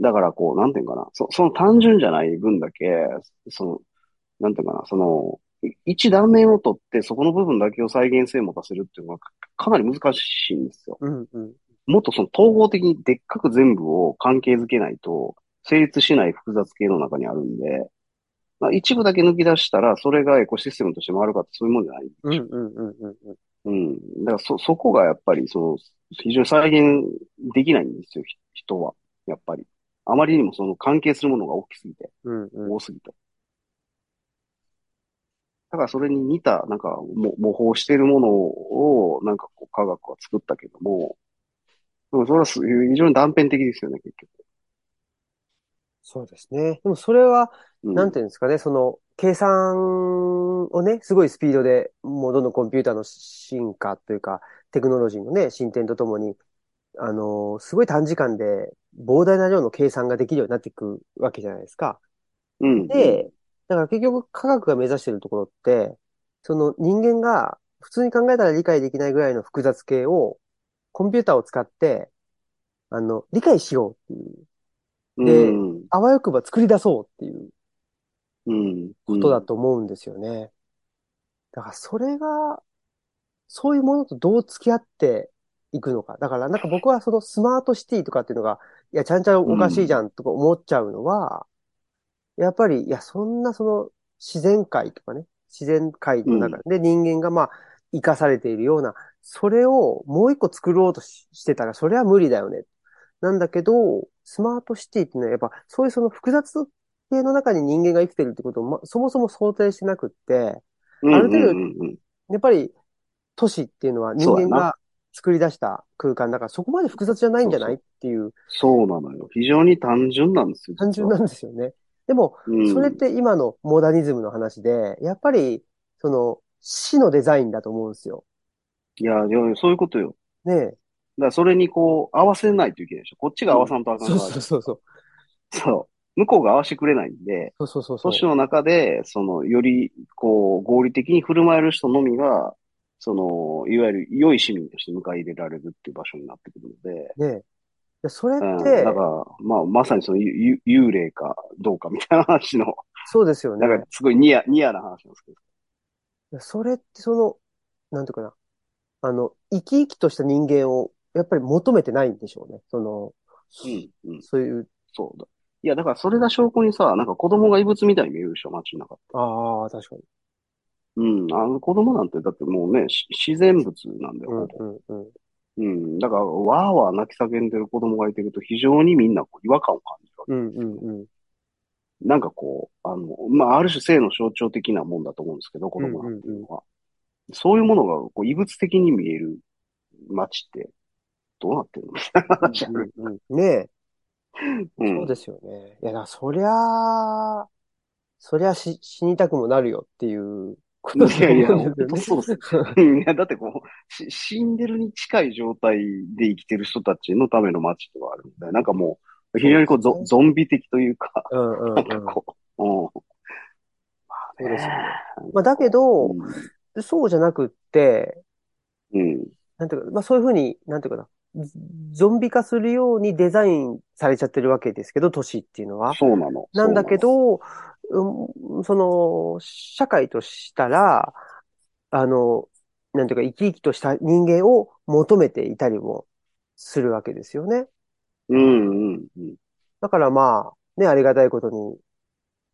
だからこう、なんていうのかな、そ、その単純じゃない分だけ、その、なんていうのかな、その、い一断面を取ってそこの部分だけを再現性を持たせるっていうのはかかなり難しいんですよ。
うんうん。
もっとその統合的にでっかく全部を関係づけないと成立しない複雑系の中にあるんで、まあ、一部だけ抜き出したらそれがエコシステムとして回るかってそういうもんじゃない。
うんうんうんうんうん。
うん。だからそ、そこがやっぱりその非常に再現できないんですよ、ひ人は。やっぱり。あまりにもその関係するものが大きすぎて、
うんうん。
多すぎて。だからそれに似た、なんか、も模倣しているものを、なんかこう、科学は作ったけども、でもそれはす非常に断片的ですよね、結局。
そうですね。でもそれは、
うん
なんていうんですかね、その、計算をね、すごいスピードで、もうどんどんコンピューターの進化というか、テクノロジーのね、進展とともに、あの、すごい短時間で膨大な量の計算ができるようになっていくわけじゃないですか。
うん。
で、だから結局科学が目指してるところって、その人間が普通に考えたら理解できないぐらいの複雑系を、コンピューターを使って、あの、理解しようっていう、
うん、
で
うん、
あわよくば作り出そうっていう
うん、
ことだと思うんですよね。だからそれが、そういうものとどう付き合っていくのか。だからなんか僕はそのスマートシティとかっていうのが、いや、ちゃんちゃんおかしいじゃんとか思っちゃうのは、やっぱり、いや、そんなその自然界とかね、自然界の中で人間がまあ、生かされているような、それをもう一個作ろうとししてたら、それは無理だよね。なんだけど、スマートシティっていうのはやっぱ、そういうその複雑系の中に人間が生きてるってことを、ま、そもそも想定してなくって、
うん、
ある程度
うん、うんうん、
やっぱり都市っていうのは人
そうだ
間
な
が作り出した空間だから、そこまで複雑じゃないんじゃないっていう
そうなのよ。非常に単純なんですよ。
単純なんですよね。でも、
うん
それって今のモダニズムの話で、やっぱり、その、死のデザインだと思うんですよ。
いや、いやそういうことよ。
ねえ。
だからそれにこう、合わせないといけないでしょ。こっちが合わさんとあかん
そ
か
う
ら。
そうそうそう。
そう。向こうが合わせてくれないんで、
そうそうそうそ
都
う。
市の中で、その、より、こう、合理的に振る舞える人のみが、その、いわゆる良い市民として迎え入れられるっていう場所になってくるので、
ねえいや。それっ
うん、だ
て
から、、まあ、まさにその、ゆゆ幽霊かどうかみたいな話の、
そうですよね。
なんか、すごいニヤ、ニヤな話なんですけど。
それってその、なんていうかな。あの、生き生きとした人間を、やっぱり求めてないんでしょうね。その、
うん、うん、
そういう、
そうだ。いや、だから、それだ証拠にさ、なんか子供が異物みたいに見えるでしょ、街の中って。
ああ、確かに。
うん、あの、子供なんて、だってもうね、し自然物なんだ
う
よ、ほぼ
ん、うん、うん。
うん。だから、わーわー泣き叫んでる子供がいてると、非常にみんなこう違和感を感じるわ
うん、うん、 <laughs> うん。
け。なんかこう、あの、まあ、ある種性の象徴的なもんだと思うんですけど、子供なんていうのは。そういうものがこう異物的に見える街って、どうなってるのみたいな話ある。
うんうんねえ、
う。
そうんですよね。いや、だからそりゃあ、そりゃし死にたくもなるよっていうことだ
い
と
やいや、
思うん
本当
です
そ
よ
う
ね。
です。 <laughs> いや、だってこう、し死んでるに近い状態で生きてる人たちのための街ではあるんだよ。なんかもう、非常にこう、
そう
ゾ
ですね
ゾンビ的というか、
<laughs> うんうんう
なん
ん。
かこう、うん。まあ
そうですよね
ね
まあ、だけど、そうじゃなくって、
うん。うん。
なんていうか、まあそういうふうに、なんていうかな、ゾゾンビ化するようにデザインされちゃってるわけですけど、都市っていうのは。
そうなの。
なんだけど、うん、その、社会としたら、あの、なんていうか、生き生きとした人間を求めていたりもするわけですよね。
そうなの。うんうんうん。
だからまあ、ね、ありがたいことに、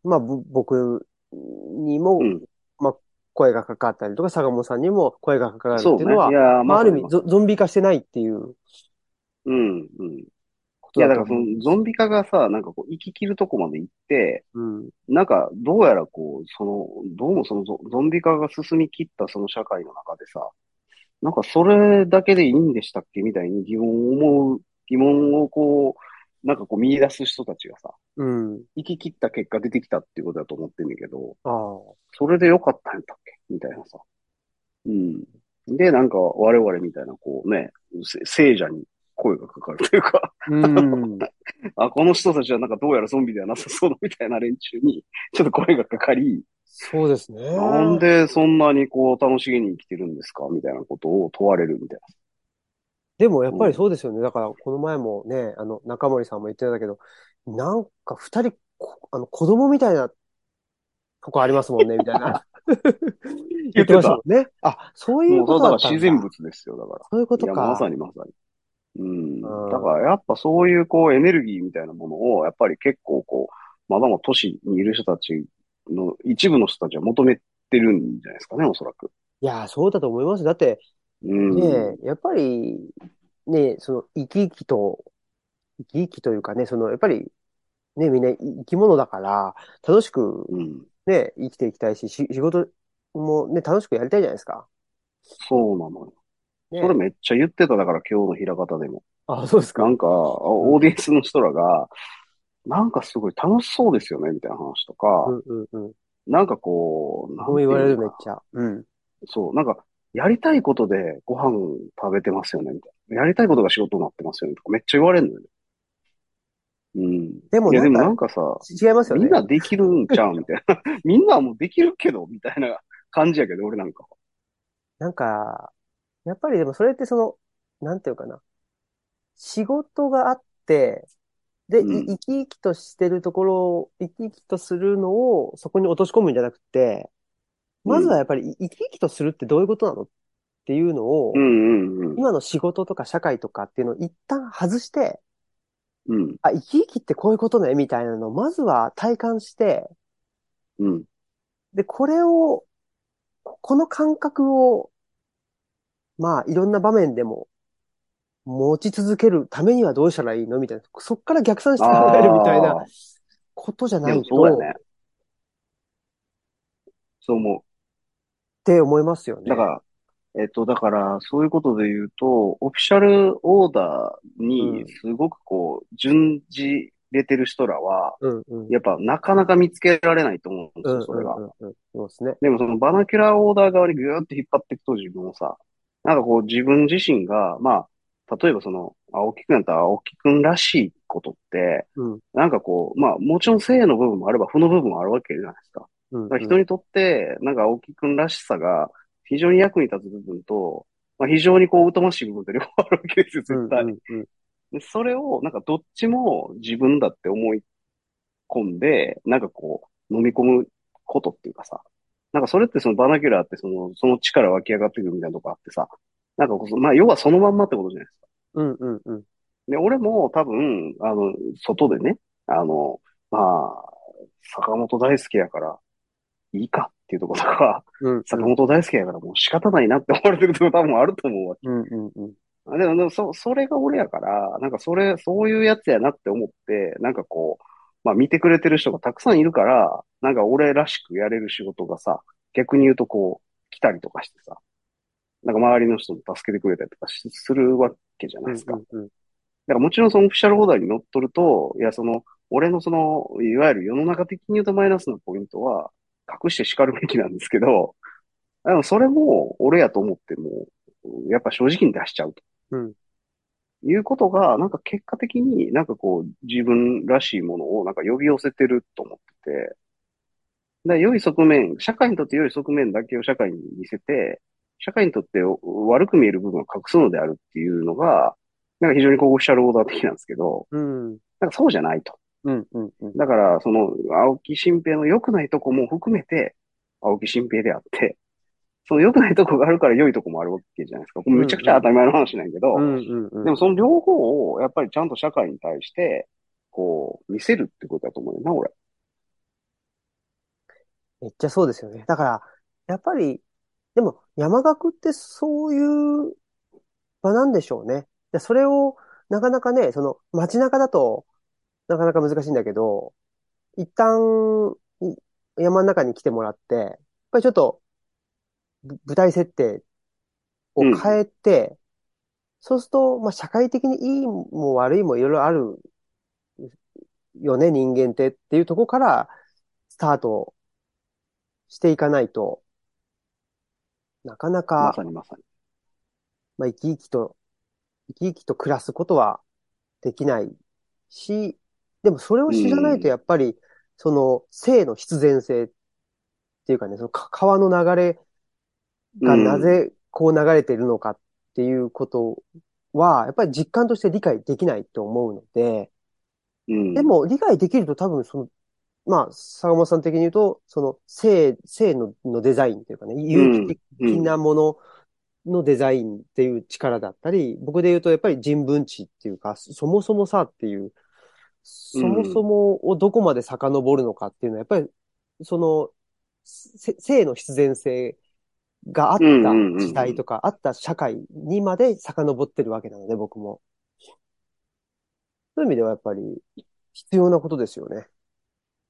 まあ、ぼ僕にも
う、ん。
まあ、声がかかったりとか、坂本さんにも声がかかるってい
そう
う
ね。
のは、
いや、
まあ、ある意
さ
味ゾ、ゾンビ化してないっていう
にうんうん。
こ
い
と
や、
だ
だ
と
からそ
思う。
のゾンビ化がさ、なんかこう、行き切るとこまで行って、
うん。
なんか、どうやらこう、その、どうもそのゾ、ゾンビ化が進み切ったその社会の中でさ、なんかそれだけでいいんでしたっけみたいに疑問を思う、疑問をこう、なんかこう見出す人たちがさ、
うん。
生き切った結果出てきたっていうことだと思ってんだけど、
ああ。
それで良かったんだっけみたいなさ。うん。で、なんか我々みたいなこうね、せ聖者に声がかかるというか、
うん。
あ、この人たちはなんかどうやらゾンビではなさそうだみたいな連中に、 <laughs> ちょっと声がかかり、
そうです <laughs> ね。
なんでそんなにこう楽しげに生きてるんですかみたいなことを問われるみたい
でもやっぱりそうですよね。だから、この前もね、あの、中森さんも言ってたけど、なんか二人、こあの、子供みたいなとこありますもんね、みたいな。 <laughs> 言ってましたもんね。あ、そう
な。
いう
もうそ
こと
れ
だ
だか
っ
ら
たん
自
だ。
然物ですよ、だか
そういうこ
ら。い
と
や、
か。
まさにまさに。うん。
うん
だからやっぱそういうこうエネルギーみたいなものを、やっぱり結構こう、まだまだ都市にいる人たちの一部の人たちは求めてるんじゃないですかね、おそらく。
いや、そうだと思います。だって、
うん。
ねえ、やっぱり、ねえ、その、生き生きと、生き生きというかね、その、やっぱり、ね、みんな生き物だから、楽しく
うん。
ね、生きていきたいし、し仕事もね、楽しくやりたいじゃないですか。
そうなのよ。
ね
それめっちゃ言ってた、だから今日の平方でも。
あ、そうですか。
なんか、オーディエンスの人らが、なんかすごい楽しそうですよね、みたいな話とか
う、んうんうん。
なんかこう、なん
そう言われ
てい
る
う
めっ
のか
ちゃ。うん。
なそう、なんか、やりたいことでご飯食べてますよね、みたいな。やりたいことが仕事になってますよね、とかめっちゃ言われるのよね。うん。
でも
いや、
な
で
ん
も
か
なんかさ、
違いますよ
み
ね
ん。なできるんちゃうみたいな。 <laughs> みんなもうできるけど、みたいな感じやけど、俺なんかは。
なんか、やっぱりでもそれってその、なんていうかな。仕事があって、で、い
うん
生き生きとしてるところを、生き生きとするのをそこに落とし込むんじゃなくて、まずはやっぱりい生き生きとするってどういうことなのっていうのを
う、んうんうん。
今の仕事とか社会とかっていうのを一旦外して、
うん
あ、生き生きってこういうことね、みたいなのを、まずは体感して、
うん。
で、これを、この感覚を、まあ、いろんな場面でも、持ち続けるためにはどうしたらいいのみたいな。そっから逆算して考えるみたい
あ
な
ー
ことじゃな
で
い
もそうや
と、
ね
っ。
そう思
て思いますよ
う。
ね。
だから、えっと、だから、そういうことで言うと、オフィシャルオーダー
うん
に、すごくこう、順次れてる人らは、
うんうん。
やっぱなかなか見つけられないと思うんで
う
す
ん
よ、それが
う。んうんうん。そうですね。
でもそのバナキュラーオーダー側にぐーって引っ張っていくと自分をさ、なんかこう自分自身が、まあ、例えばその、青木くんやったら青木くんらしいことって、
うん。
なんかこう、まあもちろん性の部分もあれば負の部分もあるわけじゃないですか。
うん、
だから人にとって、なんか青木くんらしさが非常に役に立つ部分と、まあ非常にこう疎ましい部分って両方あるわけですよ、
うん
絶対。
うんうん
で、それを、なんかどっちも自分だって思い込んで、なんかこう、飲み込むことっていうかさ、なんかそれってそのバナキュラーってその、その力湧き上がってくるみたいなとこあってさ、なんかこう、まあ要はそのまんまってことじゃないですか。
うんうんうん。
で、俺も多分、あの、外でね、あの、まあ、坂本大輔やから、いいかっていうところとか、
うんうん
坂本大輔やからもう仕方ないなって思われてることが多分あると思うわけ。
うんうんうん。
あでも、でもそ、それが俺やから、なんかそれ、そういうやつやなって思って、なんかこう、まあ見てくれてる人がたくさんいるから、なんか俺らしくやれる仕事がさ、逆に言うとこう、来たりとかしてさ、なんか周りの人も助けてくれたりとかしするわけじゃないですか。だか
うんうん
らもちろんそのオフィシャルオーダーに乗っ取ると、いや、その、俺のその、いわゆる世の中的に言うとマイナスのポイントは、隠して叱るべきなんですけど、でもそれも俺やと思っても、やっぱ正直に出しちゃうと。
うん
いうことが、なんか結果的になんかこう自分らしいものをなんか呼び寄せてると思ってて、だから良い側面、社会にとって良い側面だけを社会に見せて、社会にとって悪く見える部分を隠すのであるっていうのが、なんか非常にこうオフィシャルオーダー的なんですけど、
うん
なんかそうじゃないと。
うんうんうん
だから、その、青木新平の良くないとこも含めて、青木新平であって、その良くないとこがあるから良いとこもあるわけじゃないですか。これめちゃくちゃ当たり前の話なんやけど、
うんうんうん
でもその両方をやっぱりちゃんと社会に対して、こう、見せるってことだと思うよな、俺。
めっちゃそうですよね。だから、やっぱり、でも山岳ってそういう場なんでしょうね。でそれを、なかなかね、その街中だと、なかなか難しいんだけど、一旦、い山の中に来てもらって、やっぱりちょっと、ぶ舞台設定を変えて、そうすると、まあ、社会的にいいも悪いもいろいろあるよね、人間ってっていうところから、スタートしていかないと、なかな
ま
か、
さにまさに。
まあ、生き生きと、生き生きと暮らすことはできないし、でもそれを知らないとやっぱり、その性の必然性っていうかね、そのか川の流れが
うん
なぜこう流れているのかっていうことは、やっぱり実感として理解できないと思うので、
うん。
でも理解できると多分その、まあ、坂本さん的に言うと、その性、性の、のデザインというかね、有機的
うん、
的なもののデザインっていう力だったり、僕で言うとやっぱり人文知っていうか、そそもそもさっていう、そもそもをどこまで遡るのかっていうのは、やっぱり、その、せ性の必然性があった
うんうんうんうん
時代とか、あった社会にまで遡ってるわけなので、僕も。そういう意味ではやっぱり必要なことですよね。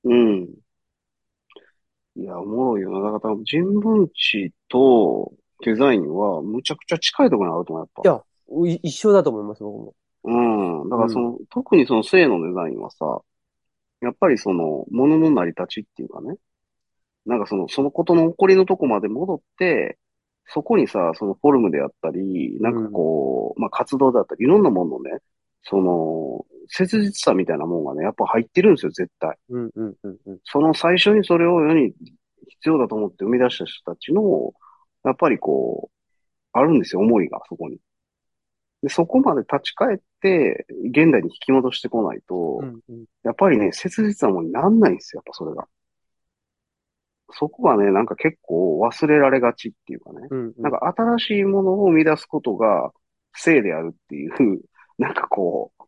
うん。いや、おもろいよな。だから多分人文知とデザインはむちゃくちゃ近いところにあると思う、やっぱ。
いやい一緒だと思います、僕も。
うん。だからその、特にその性のデザインはさ、やっぱりその、物の成り立ちっていうかね、なんかその、そのことの起こりのとこまで戻って、そこにさ、そのフォルムであったり、なんかこう、まあ活動だったり、いろんなもののね、その、切実さみたいなもんがね、やっぱ入ってるんですよ、絶対。
うんうんうんうん。
その最初にそれを世に必要だと思って生み出した人たちの、やっぱりこう、あるんですよ、思いが、そこに。で、そこまで立ち返って、現代に引き戻してこないと
う、んうん
やっぱりね、切実なものになんないんですよ、やっぱそれが。そこがね、なんか結構忘れられがちっていうかね。
うんうん
なんか新しいものを生み出すことが性であるっていう、 <laughs> なんかこう、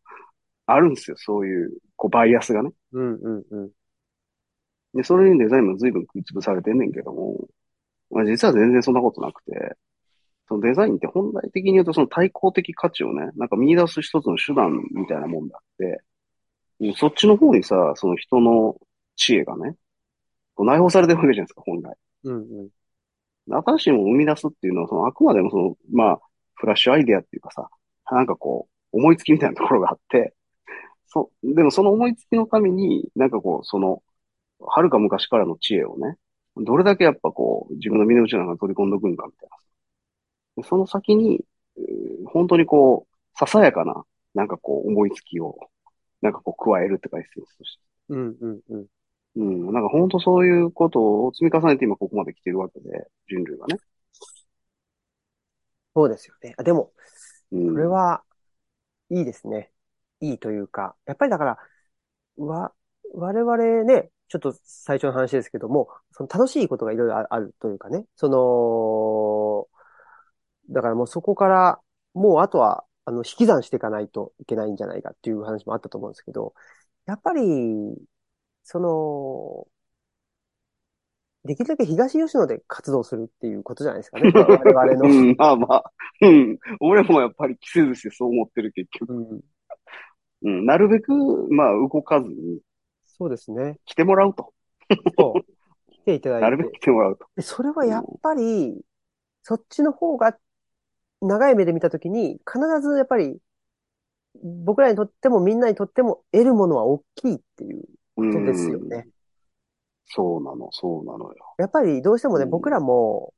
あるんですよ、そういう、こう、バイアスがね。
うんうんうん。
で、それにデザインも随分食いつぶされてんねんけども、まあ、実は全然そんなことなくて、そのデザインって本来的に言うとその対抗的価値をね、なんか見出す一つの手段みたいなもんだって、もうそっちの方にさ、その人の知恵がね、こう内包されてるわけじゃないですか、本来。
うんうん。
新しいものを生み出すっていうのは、そのあくまでもその、まあ、フラッシュアイデアっていうかさ、なんかこう、思いつきみたいなところがあって、そ、でもその思いつきのために、なんかこう、その、はるか昔からの知恵をね、どれだけやっぱこう、自分の身の内の中に取り込んでおくんかみたいな。でその先に、えー本当にこう、ささやかな、なんかこう、思いつきを、なんかこう、加えるって感じですとして。
うんうんうん。
うん、なんか本当そういうことを積み重ねて今ここまで来てるわけで、人類がね。
そうですよね。あでも、
うん。
これは、いいですね。いいというか、やっぱりだから、わ、我々ね、ちょっと最初の話ですけども、その楽しいことがいろいろああるというかね、その、だからもうそこから、もうあとは、あの、引き算していかないといけないんじゃないかっていう話もあったと思うんですけど、やっぱり、その、できるだけ東吉野で活動するっていうことじゃないですかね。我々の。
うん、まあまあ。うん。俺もやっぱり着せずしてそう思ってる結局。
うん、
うん。なるべく、まあ、動かずに
そうですね。
来てもらうと。
そう。来ていただい
なるべ
て
く。来てもらうと。
でそれはやっぱり、そっちの方が長い目で見たときに、必ずやっぱり、僕らにとってもみんなにとっても得るものは大きいっていうことですよね。
そうなの、そうなのよ。 <laughs>
やっぱりどうしてもね、
うん
僕らも、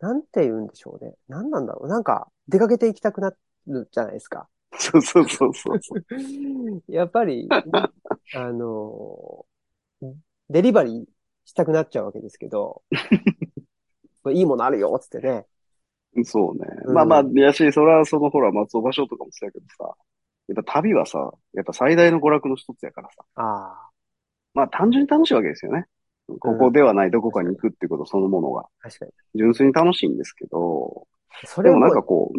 なんて言うんでしょうね。何なんだろう。なんか、出かけていきたくなるじゃないですか。
そうそうそうそう。
<laughs> やっぱ
<laughs>
り、あの、デリバリーしたくなっちゃうわけですけ
<laughs>
ど、いいものあるよ、つってね。
そうね。
うん
まあまあ、いやし、それはそのほら、松尾芭蕉とかもそうやけどさ、やっぱ旅はさ、やっぱ最大の娯楽の一つやからさ、
あ
まあ単純に楽しいわけですよね。ここではないどこかに行くってことそのものが、
あ、確かに。
純粋に楽しいんですけど、
そ
で
れ
もなんか
を
こ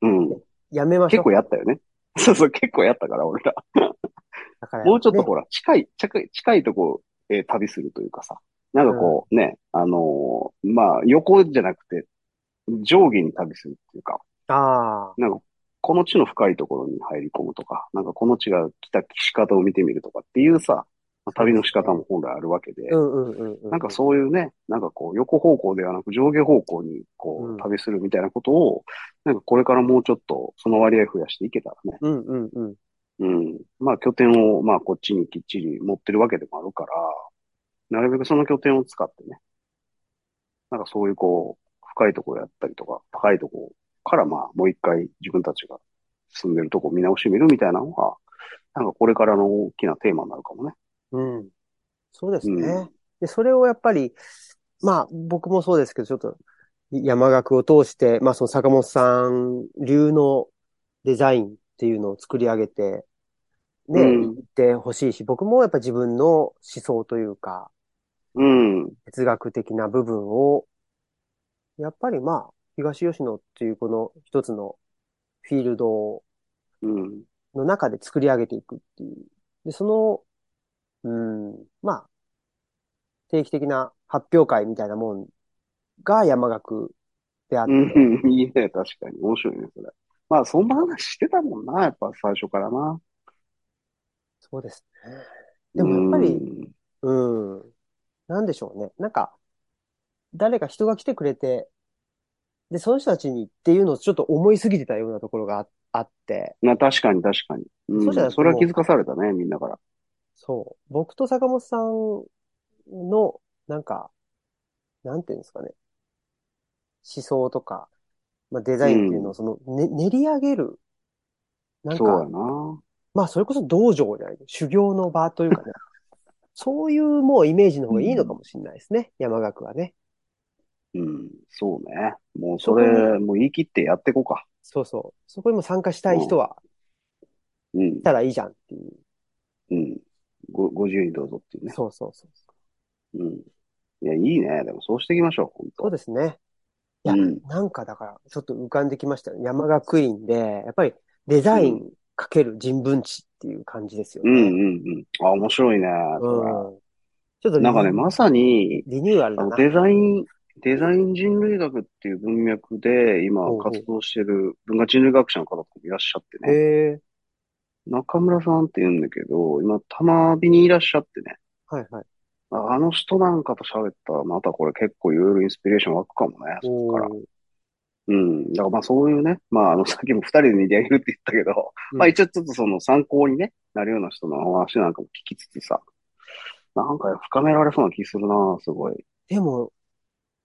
う、うん、
やめましょ
結
う。
構やったよね。 <laughs> そうそう、結構やったから、俺ら。
だから
もうちょっと
ね
ほら、近い、近い、近いとこ、えー旅するというかさ、なんかこうね、あのーまあ、横じゃなくて、上下に旅するっていうか、
ああ、
なんか、この地の深いところに入り込むとか、なんかこの地が来た仕方を見てみるとかっていうさ、まあ旅の仕方も本来あるわけで、
うんうんうんうん。
なんかそういうね、なんかこう横方向ではなく上下方向に
う
こ
ん
う旅するみたいなことを、なんかこれからもうちょっとその割合増やしていけたらね、
うんうんうん。
うん。まあ拠点をまあこっちにきっちり持ってるわけでもあるから、なるべくその拠点を使ってね、なんかそういうこう、深いところやったりとか、高いところからまあもう一回自分たちが住んでるとこ見直してみるみたいなのが、なんかこれからの大きなテーマになるかもね。
うん。そうです
うん
ね。で、それをやっぱり、まあ僕もそうですけど、ちょっと山岳を通して、まあその坂本さん流のデザインっていうのを作り上げて、ね、
うん
行ってほしいし、僕もやっぱ自分の思想というか、
うん。
哲学的な部分を、やっぱりまあ、東吉野っていうこの一つのフィールドを
うん。
の中で作り上げていくっていう。で、その、うん、まあ、定期的な発表会みたいなもんが山学であって、
うん。いいね。確かに。面白いね、それ。まあ、そんな話してたもんな。やっぱ最初からな。
そうですね。でもやっぱり
う
う
ん
ん、なんでしょうね。なんか、誰か人が来てくれて、で、その人たちにっていうのをちょっと思いすぎてたようなところがああって、
まあ、確かに、確かに。うん。
そうじゃない
それは気づかされたね、みんなから。
そう、僕と坂本さんの、なんか、なんていうんですかね、思想とか、まあ、デザインっていうの
う
をその、ね、練り上げる、なん
そうや
か、
な。
まあ、それこそ道場じゃない、修行の場という <laughs> かね、そういうもうイメージの方がいいのかもしれないですね、山岳はね。
うん、そうね。もう
そ
そ
こに
れ、もう言い切ってやっていこうか。
そうそう。そこにも参加したい人は、
うん
い、たらいいじゃんっていう。
うん。ご、ご自由にどうぞっていうね。
そうそうそう。
うん。いや、いいね。でもそうしていきましょう、本
そう
当。
ですね。いや、
うん
なんかだから、ちょっと浮かんできましたよ。山学院で、やっぱりデザイ
う
ンかける人文知っていう感じですよ
うん
ね。
うんうん。あ、面白いね、それ。
うん。ちょっと
なんかね、まさに、
リニューアル
あ
だ
の、
な。
デザイン、デザイン人類学っていう文脈で今
ほうほう
活動してる文化人類学者の方とかもいらっしゃってね。
へえ。
中村さんって言うんだけど、今、玉美にいらっしゃってね。
はいはい。
ああの人なんかと喋ったら、またこれ結構いろいろインスピレーション湧くかもね、そこから。
おー
うん。だからまあそういうね、まああのさっきも二人で見てあげるって言ったけど、
うん
まあ一応ちょっとその参考にね、なるような人のお話なんかも聞きつつさ、なんか深められそうな気するな、すごい。
でも、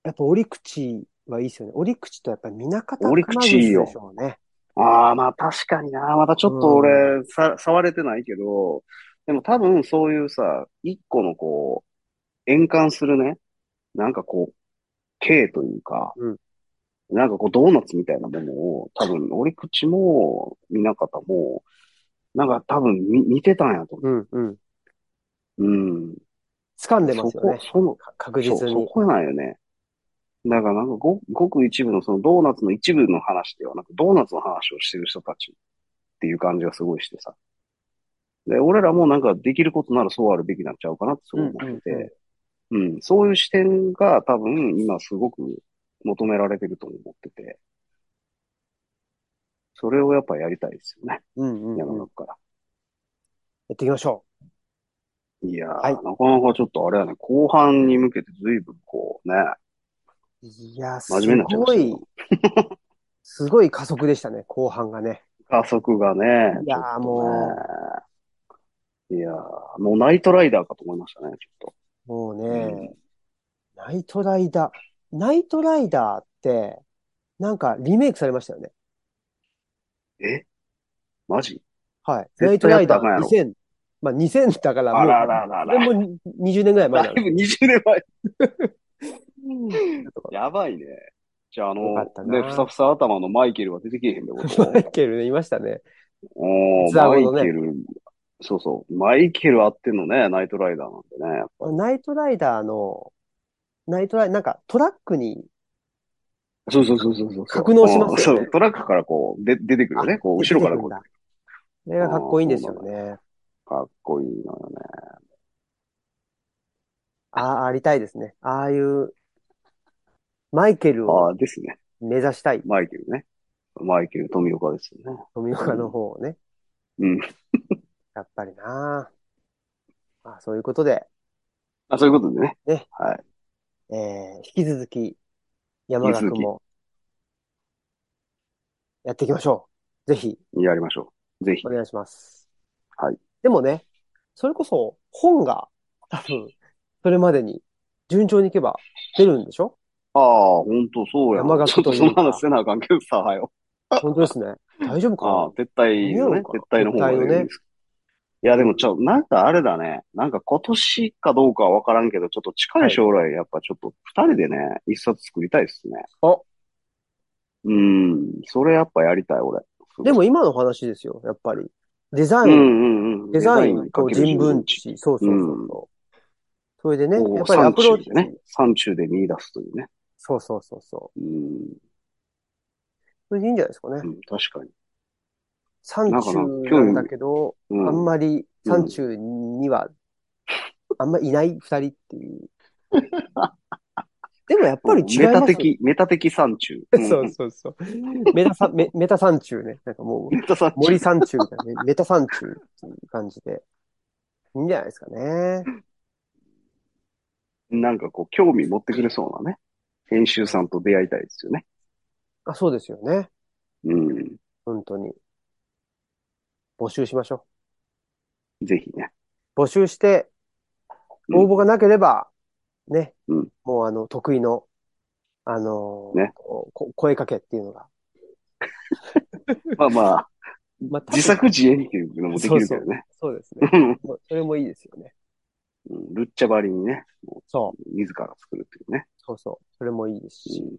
やっぱ折口はいいですよね。折口とやっぱり南方
折
熊
口
楠
いいよ
でしょうね。
ああ、まあ確かにな、まだちょっと俺、さ、触れてないけど、でも多分そういうさ、一個のこう、円環するね、なんかこう、形というか
うん、
なんかこうドーナツみたいなものを、多分、折口も、南方も、なんか多分に似てたんやと思う。
うんうん。
うん。
掴んでますよね。
そこ、その、
か確
そう、
実
そ
に。
こなんよね。だからなんかご、ごく一部のそのドーナツの一部の話ではなく、ドーナツの話をしてる人たちっていう感じがすごいしてさ。で、俺らもなんかできることならそうあるべきなんちゃうかなってすごい思って
うんうんうん
て、うん、そういう視点が多分今すごく求められてると思ってて、それをやっぱやりたいですよね、
うんうん
山
うん。や
中から。
っていきましょ
いやー、
はい
なかなかちょっとあれやね、後半に向けて随分こうね、
う。いや、
真面目になっちゃいま
すご
した
い
けど
すごい加速でしたね、後半がね。
加速がね。
いやー
ちょっとね
も
いやーもうナイトライダーかと思いましたね、ちょっ
もう
と。
ね、ナイトライダー、ナイトライダーって、なんかリメイクされましたよね。
うんえマジ
はい。
絶対
ナイトライダ
や
ー
った
2000。まあ2000だから
あら
も
らら
う、で
ら。
も20年ぐらい前
だ
ないの。
ぶ20年前。
とか
やばいね。じゃあ、あ
よ
の
かった、な
ね、ふさふさ頭のマイケルは出てけえへんで、こと
マ <laughs> イケルね、いましたね。
おー
ツアー
マイ
ごとね
ケル、そうそう。マイケルあってのね、ナイトライダーなんでね。
ナイトライダーの、ナイトライ、なんかトラックに、
そうそうそうそうそう。
格納しますよね
うんそう、トラックからこう、で、出てくるよね。こう、後ろから
<laughs>
こう、
出てくるんだあれがかっこいいんですよね。
かっこいいのよね。
ああ、ありたいですね。ああいう、マイケル
あ
を
あ、ですね。
目指したい。
マイケルね。マイケル富岡ですよね。
富岡の方をね。
うん。
やっぱりなあ。まあ、そういうことで、
あ、そういうことでね。
ね
はい。
えー、引き続き、山田
引
君
き続き
も、やっていきましょう。ぜひ、
やりましょう。ぜひ
お。願いします。
はい。
でもね、それこそ、本が、多分、それまでに、順調にいけば、出るんでしょ
ああ、ほんとそうやな。
山
ち
岳
ょっと
という
そ
か
の話せなあかんけどさ、はよ。
本当ですね。大丈夫
ああ、
か
撤退のね、
間に合うのか
撤退の方が
撤退のね
いいですいや、でもちょ、なんかあれだね。なんか今年かどうかはわからんけど、ちょっと近い将来、やっぱちょっと二人でね、一冊作りたいっすね。
あ
うん、それやっぱやりたい、俺。
でも今の話ですよ、やっぱり。デザ
う
イン、
んうんうん。
デザインと
かける
人文知、そうそうそうそう。それでね、
人文知
や
を
っぱりア
山
プロー
中
チ
で、ね、山中で見出すというね。
そうそうそうそう。
うん、
それでいいんじゃないですかね
う。ん確かに。
山
なんか
中
な
なんだけど、
う
あ
ん。
んまり山中には、あんまいない二人っていう。 <laughs> でもやっぱり違い
メタ
ますよ。
的、メタ的山中。ん
<laughs> そうそうそう。メタさんメメタ山中ね。なんかもう、
メタ山中。
森山中みたいなね。メタ山中っていう感じで。いいんじゃないですかね。
なんかこう、興味持ってくれそうなね。編集さんと出会いたいですよね。
あ、そうですよね。
うん。
本当に。募集しましょ
ぜひね。
う。募集して、
うん
応募がなければ、ね、
うん
もうあの、得意の、あのー
ね
ここ声かけっていうのが。
まあま
<laughs>
あ、
まあ、多分
自作自演っていうのもできるけどね。
そうです
<laughs>
ね。もうそれもいいですよね。
うんルッチャバリにね、
そう。
自ら作るっていうね。
そうそう。それもいいですし。
うん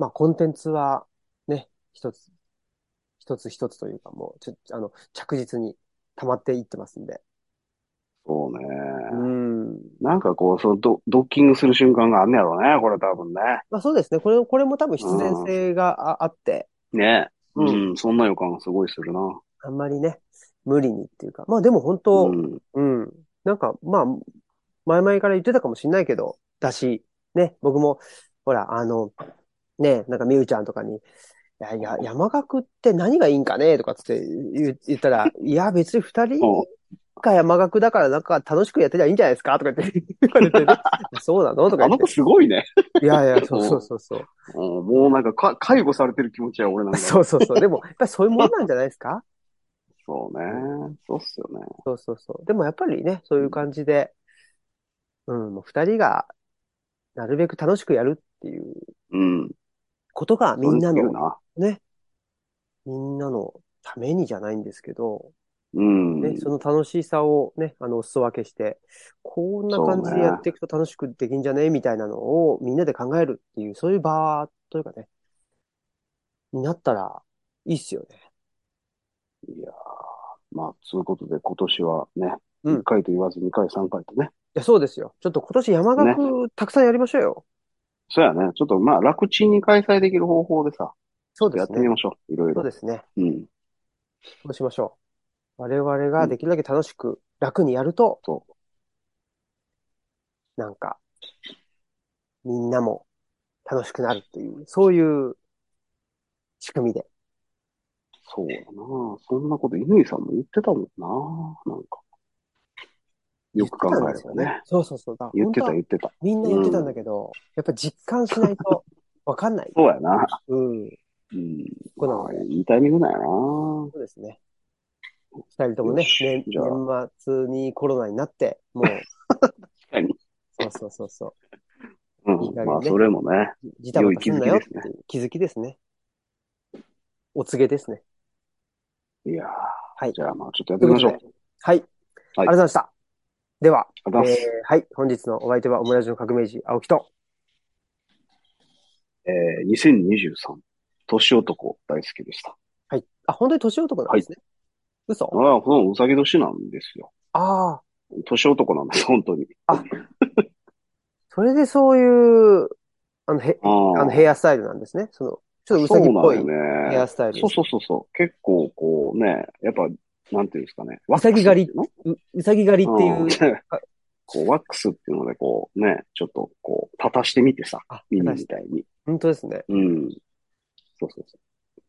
まあ、コンテンツは、ね、一つ、一つ一つというか、もう、ちょ、あの、着実に溜まっていってますんで。
そうね。
うん。
なんかこう、そのド、ドッキングする瞬間があんねやろね。これ多分ね。
まあ、そうですね。これ、これも多分必然性がああって、
ね
う
うんん、そんな予感がすごいするな。
あんまりね、無理にっていうか。まあでも本
う
当、
ん。
うん。なんか、まあ、前々から言ってたかもしんないけど、だし、ね、僕も、ほら、あの、ね、なんかみゆちゃんとかに、いや、いや、山岳って何がいいんかねとかつって言言った
<laughs>
ら、いや、別に二人
お
が山岳だからなんか楽しくやってりゃいいんじゃないですかとか言って言われ
<laughs>
てね、そうなのとか
あ
言
の
って
子。すごいね。
いやいや、そうそうそうそう。
うんもうなんかか、介護されてる気持ちや、俺なんか。
そうそうそう。でも、やっぱりそういうもんなんじゃないですか
そうね。そうっすよね。
そうそうそう。でもやっぱりね、そういう感じで、うん、もう二人がなるべく楽しくやるっていう
うん。
ことがみんな
そうい
の、
うな。
ね、みんなのためにじゃないんですけど、
うん。
ね、その楽しさをね、あの、お裾分けして、こんな感じでやっていくと楽しくできんじゃねみたいなのをみんなで考えるっていう、そういう場というかね、になったらいいっすよね。
いやーまあ、そういうことで今年はね、
うん
1回と言わず2回、3回とね。
いや、そうですよ。ちょっと今年山岳たくさんやりましょうよ。
そうやね。ちょっとまあ、楽ちんに開催できる方法でさ、
そうで
やっ
す
て
ね
み。ましょう。いろい
そう
ろ。
ですね。
うん。
そうしましょう。我々ができるだけ楽しく、楽にやると、
そ
なんか、みんなも楽しくなるっていう、そういう仕組みで。
そうやな。そんなこと、乾さんも言ってたもんな。なんか。よく考えればね。
そうそうそう。だから
言って
本当
た、
は
言ってた。
みんな言ってたんだけど、やっぱ実感しないとわかんない。
そうやな。
うん。
うん。
この
まあいいタイミングだよ
そうですね。二人ともね、年、
じゃあ
年末にコロナになって、もう、
<laughs> な。確かに。
そうそうそうそう。
うん。
いい加減ね
まあ、それもね。
ジタバタすんなよって
良い
いう気づきですね。お告げですね。
いやー
はい
じゃあ、まあ、ちょっとやってみましょう。あ
と
り
いうはい。ありがとうございました。では、
が
え
とうございます。
ーはい。本日のお相手はオムラジの革命児、青木と。
えー、2023、年男大好きでした。
はい。あ、本当に年男なんですね。嘘
ああ、このうさぎ年なんですよ。
ああ、
年男な
<laughs>
んです、本当に。
あそれでそういう、あの、へ、
あ
あの、
ー
ヘアスタイルなんですね。その、ちょっとうさぎっぽい
そうなんよ
ヘア
ね。
スタイル。
そうそうそうそう。結構、こうね、やっぱ、なんていうんですかね。
うさぎ狩り
りの
ううさぎ狩りっていう、
ん <laughs> こう、ワックスっていうので、こうね、ちょっとこう、立たしてみてさ、
あ、
耳みたいに。
本当ですね。
うん。そうそうそ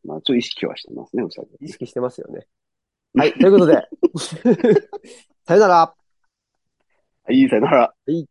う。まあ、ちょっと意識はしてますね、うさぎ。
意識してますよね。
<laughs>
はい。ということで、さよなら。
はい、さよなら。
はい